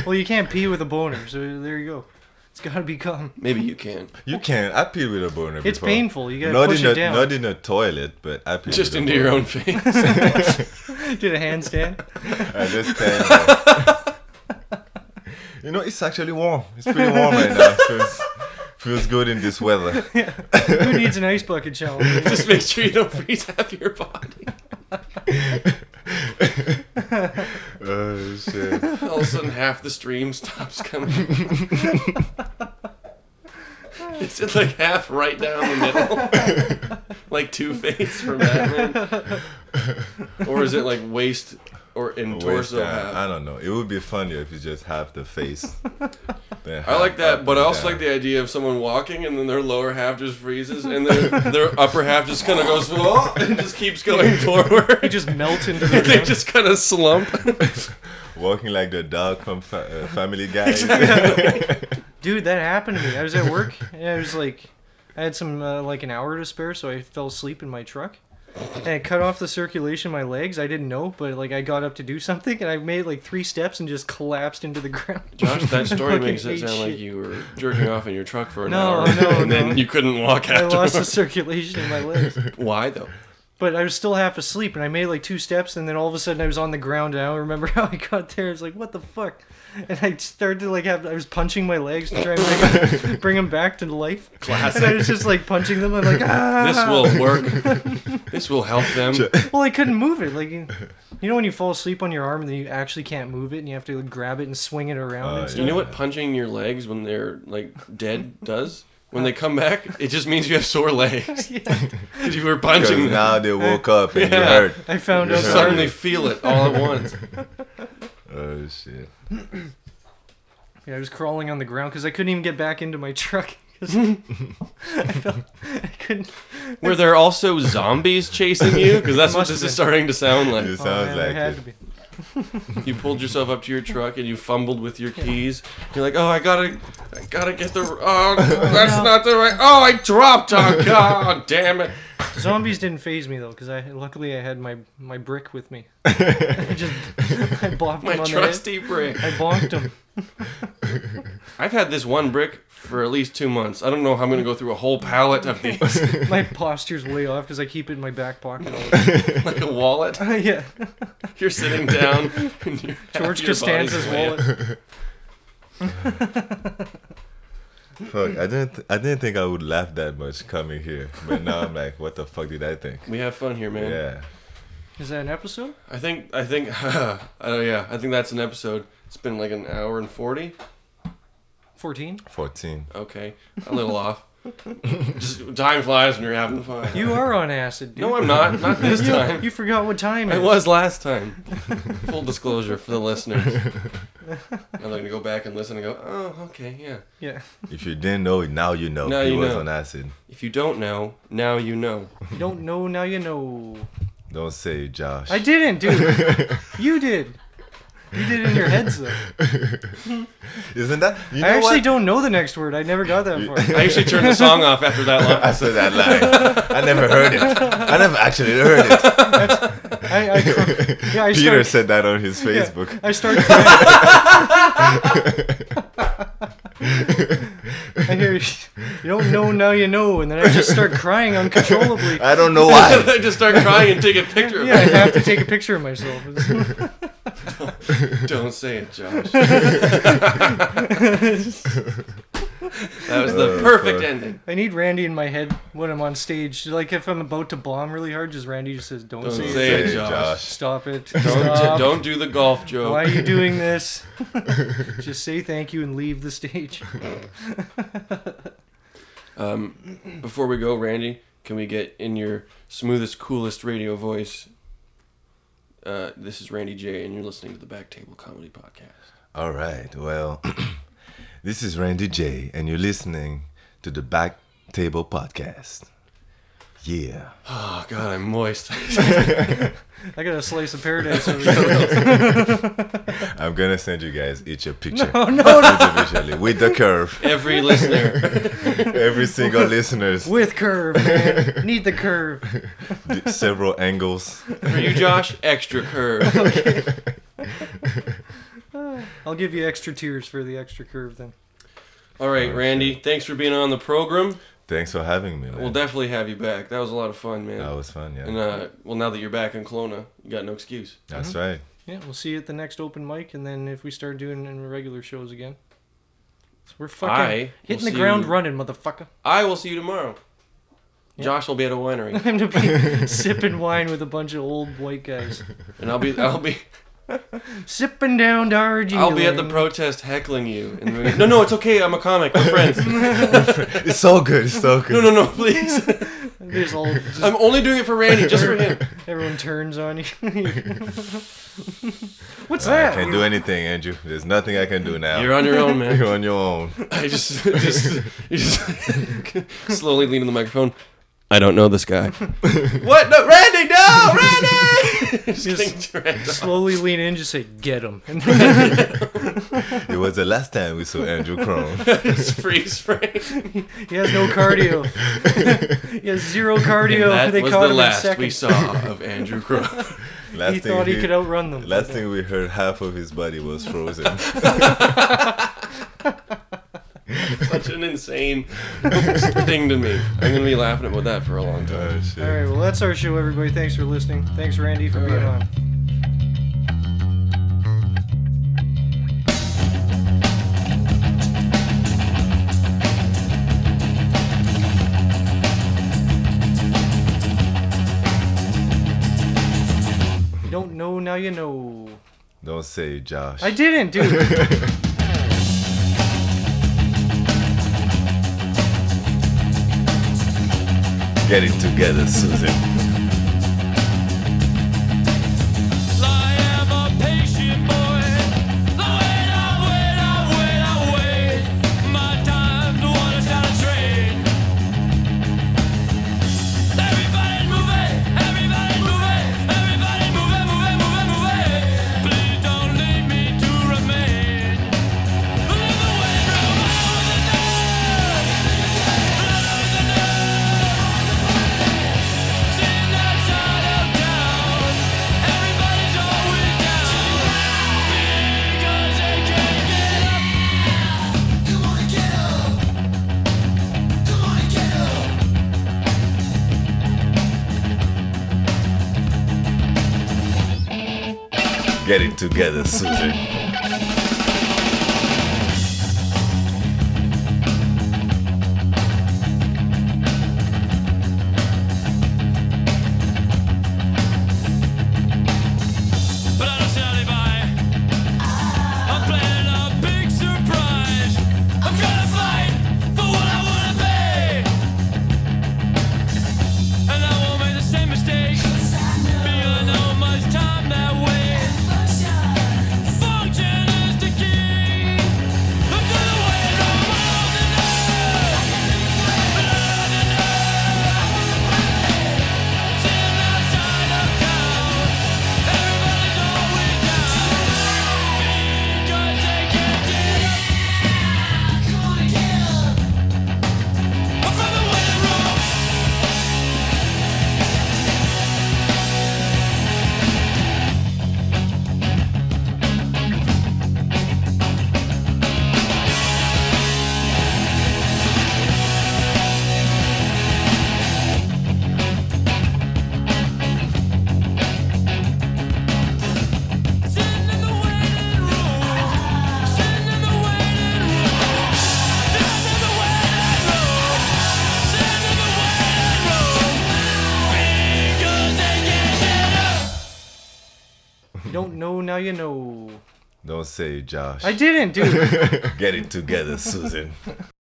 Speaker 5: well, you can't pee with a boner, so there you go. It's gotta be cum.
Speaker 4: Maybe you can.
Speaker 3: You can. I peed with a boner.
Speaker 5: It's
Speaker 3: before.
Speaker 5: painful. You gotta
Speaker 3: not
Speaker 5: push
Speaker 3: in
Speaker 5: it
Speaker 3: a,
Speaker 5: down.
Speaker 3: Not in a toilet, but I peed
Speaker 4: Just
Speaker 3: with
Speaker 4: into
Speaker 3: a boner.
Speaker 4: your own face.
Speaker 5: Did a handstand.
Speaker 3: I just stand there. You know, it's actually warm. It's pretty warm right now. Feels, feels good in this weather.
Speaker 5: Who needs an ice bucket challenge?
Speaker 4: Just make sure you don't freeze half your body.
Speaker 3: Oh shit.
Speaker 4: All of a sudden, half the stream stops coming. Is it like half right down the middle? like Two Face from Batman? Or is it like waist or in
Speaker 3: Waist
Speaker 4: torso
Speaker 3: down.
Speaker 4: half?
Speaker 3: I don't know. It would be funnier if you just have the face.
Speaker 4: I like that, but I also like the idea of someone walking and then their lower half just freezes and their their upper half just kind of goes "Whoa," and just keeps going
Speaker 5: You
Speaker 4: forward.
Speaker 5: just melt into the
Speaker 4: they
Speaker 5: ground.
Speaker 4: just kind of slump.
Speaker 3: Walking like the dog from fa- uh, Family Guy.
Speaker 5: Dude, that happened to me. I was at work and I was like, I had some uh, like an hour to spare, so I fell asleep in my truck. And it cut off the circulation in my legs. I didn't know, but like I got up to do something and I made like three steps and just collapsed into the ground.
Speaker 4: Josh, that story
Speaker 5: Fucking
Speaker 4: makes it
Speaker 5: ate
Speaker 4: sound like
Speaker 5: shit.
Speaker 4: you were jerking off in your truck for an
Speaker 5: No,
Speaker 4: hour,
Speaker 5: no,
Speaker 4: and
Speaker 5: no.
Speaker 4: then you couldn't walk
Speaker 5: I lost the
Speaker 4: afterwards.
Speaker 5: circulation in my legs.
Speaker 4: Why though?
Speaker 5: But I was still half asleep, and I made like two steps, and then all of a sudden I was on the ground, and I don't remember how I got there. I was like, "What the fuck?" And I started to like have I was punching my legs to try and bring, bring them back to life.
Speaker 4: Classic.
Speaker 5: And I was just like punching them, and like ah.
Speaker 4: This will work. this will help them.
Speaker 5: Well, I couldn't move it. Like, you you know, when you fall asleep on your arm, and then you actually can't move it, and you have to like, grab it and swing it around. and
Speaker 4: You know what punching your legs when they're like dead does? When they come back, it just means you have sore legs
Speaker 5: stuff. Yeah.
Speaker 4: because you were
Speaker 3: 'Cause
Speaker 4: punching them.
Speaker 3: now they woke up and
Speaker 4: Yeah.
Speaker 3: you hurt.
Speaker 5: I found
Speaker 4: You
Speaker 5: out.
Speaker 3: Yeah.
Speaker 4: suddenly feel it all at once.
Speaker 3: Oh shit.
Speaker 5: Yeah, I was crawling on the ground because I couldn't even get back into my truck. because I felt I couldn't.
Speaker 4: Were there also zombies chasing you? Because that's what
Speaker 5: Must
Speaker 4: this
Speaker 5: have
Speaker 4: is starting
Speaker 5: been.
Speaker 4: to sound like.
Speaker 5: It Oh, sounds man, there like had it. to be.
Speaker 4: you pulled yourself up to your truck and you fumbled with your keys. You're like, oh, I gotta, I gotta get the. Oh, that's
Speaker 5: no.
Speaker 4: not the right. Oh, I dropped. Oh, god damn it.
Speaker 5: Zombies didn't phase me though, because I luckily I had my my brick with me. I just I bonked
Speaker 4: My
Speaker 5: him on
Speaker 4: trusty
Speaker 5: the head.
Speaker 4: brick.
Speaker 5: I bonked him.
Speaker 4: I've had this one brick for at least two months. I don't know how I'm gonna go through a whole pallet of these.
Speaker 5: my posture's way off because I keep it in my back pocket. all the time.
Speaker 4: Like a wallet?
Speaker 5: yeah.
Speaker 4: You're sitting down and your- half
Speaker 5: George
Speaker 4: your body's
Speaker 5: Costanza's
Speaker 4: way up.
Speaker 5: wallet.
Speaker 3: Fuck, I didn't, th- I didn't think I would laugh that much coming here, but now I'm like, what the fuck did I think?
Speaker 4: We have fun here, man.
Speaker 3: Yeah.
Speaker 5: Is that an episode?
Speaker 4: I think I think oh yeah, I think that's an episode. It's been like an hour and forty.
Speaker 5: Fourteen.
Speaker 4: Uh,
Speaker 3: 14.
Speaker 4: Okay, a little off. Just time flies when you're having fun.
Speaker 5: You are on acid, dude.
Speaker 4: No, I'm not. Not this
Speaker 5: You-
Speaker 4: time.
Speaker 5: You forgot what time it
Speaker 4: I
Speaker 5: is.
Speaker 4: was last time. Full disclosure for the listeners. I'm going to go back and listen and go, oh, okay, yeah.
Speaker 5: Yeah.
Speaker 3: If you didn't know it, now you know.
Speaker 4: Now
Speaker 3: he
Speaker 4: you
Speaker 3: was
Speaker 4: know.
Speaker 3: on acid.
Speaker 4: If you don't know, now you know.
Speaker 5: You don't know, now you know.
Speaker 3: Don't say it, Josh.
Speaker 5: I didn't, dude. you did. You did it in your heads, though.
Speaker 3: Isn't that? You know
Speaker 5: I actually
Speaker 3: what?
Speaker 5: don't know the next word. I never got that far.
Speaker 4: I actually turned the song off after that line.
Speaker 3: After that line. I never heard it. I never actually heard it.
Speaker 5: I, I, cr- yeah, I
Speaker 3: Peter
Speaker 5: start-
Speaker 3: said that on his
Speaker 5: Yeah,
Speaker 3: Facebook.
Speaker 5: I start. crying. I hear you don't know now you know, and then I just start crying uncontrollably.
Speaker 3: I don't know why.
Speaker 4: I just start crying and take a picture of
Speaker 5: Yeah, I
Speaker 4: it.
Speaker 5: have to take a picture of myself.
Speaker 4: Don't- don't say it, Josh. That was the Oh, perfect fuck. ending.
Speaker 5: I need Randy in my head when I'm on stage. Like if I'm about to bomb really hard, just Randy just says, "Don't,
Speaker 4: Don't
Speaker 5: say,
Speaker 4: say
Speaker 5: it,
Speaker 4: it, Josh.
Speaker 5: Stop it.
Speaker 4: Don't do-
Speaker 5: Stop.
Speaker 4: don't do the golf joke.
Speaker 5: Why are you doing this? just say thank you and leave the stage.
Speaker 4: Um, before we go, Randy, can we get in your smoothest, coolest radio voice? Uh, this is Randy J, and you're listening to the Back Table Comedy Podcast.
Speaker 3: All right. Well, this is Randy J, and you're listening to the Back Table Podcast. Yeah.
Speaker 4: Oh God, I'm moist.
Speaker 5: I got a slice of paradise over here.
Speaker 3: I'm gonna send you guys each a picture.
Speaker 5: No, no, no.
Speaker 3: Individually, with the curve.
Speaker 4: Every listener.
Speaker 3: Every single listeners.
Speaker 5: With curve, man. Need the curve.
Speaker 3: D- Several angles.
Speaker 4: For you, Josh, extra curve.
Speaker 5: I'll give you extra tears for the extra curve then.
Speaker 4: All right, Randy, thanks for being on the program.
Speaker 3: Thanks for having me. Man.
Speaker 4: We'll definitely have you back. That was a lot of fun, man.
Speaker 3: That was fun, yeah.
Speaker 4: And uh, well, now that you're back in Kelowna, you got no excuse.
Speaker 3: That's right.
Speaker 5: Yeah, we'll see you at the next open mic, and then if we start doing in regular shows again, So we're fucking
Speaker 4: I will
Speaker 5: hitting the
Speaker 4: see
Speaker 5: ground
Speaker 4: you-
Speaker 5: running, motherfucker.
Speaker 4: I will see you tomorrow. Josh will be at a winery.
Speaker 5: I'm gonna be sipping wine with a bunch of old white guys.
Speaker 4: And I'll be- I'll be-
Speaker 5: sipping down Darjeeling.
Speaker 4: I'll be at the protest heckling you. And we're gonna- no, no, it's okay. I'm a comic. We're friends.
Speaker 3: it's so good. It's so good.
Speaker 4: No, no, no, please.
Speaker 5: There's all. just-
Speaker 4: I'm only doing it for Randy, just for him.
Speaker 5: Everyone turns on you. What's
Speaker 3: I
Speaker 5: that?
Speaker 3: can't do anything, Andrew. There's nothing I can do now.
Speaker 4: You're on your own, man.
Speaker 3: You're on your own.
Speaker 4: I just, just, you just slowly leaning the microphone. I don't know this guy. What? No, Randy, no, Randy!
Speaker 5: Just slowly lean in, just say, "Get him."
Speaker 3: It was the last time we saw Andrew Crone.
Speaker 4: Just freeze frame.
Speaker 5: He has no cardio. he has zero cardio.
Speaker 4: And that
Speaker 5: they
Speaker 4: was
Speaker 5: caught
Speaker 4: the
Speaker 5: him in
Speaker 4: last
Speaker 5: second.
Speaker 4: we saw of Andrew Crowe.
Speaker 3: Last
Speaker 5: he
Speaker 3: thing
Speaker 5: thought he, could outrun them.
Speaker 3: Last thing we heard, half of his body was frozen.
Speaker 4: Such an insane thing to me. I'm gonna be laughing about that for a long time.
Speaker 5: All right, well, that's our show, everybody. Thanks for listening. Thanks, Randy, for being on. You don't know, now you know.
Speaker 3: Don't say it, Josh.
Speaker 5: I didn't, dude.
Speaker 3: Get it together, Susan.
Speaker 13: My time's the one that's gotta trade.
Speaker 3: Get it together, Susan.
Speaker 13: But I don't stand by. I'm planning a big surprise. I'm gonna fight for what I wanna be. And I won't make the same mistakes. Feeling how much time that wastes. Function is the key. I'm gonna win all my own
Speaker 5: You don't know, now you know.
Speaker 3: Don't say Josh.
Speaker 5: I didn't, dude.
Speaker 3: Get it together, Susan.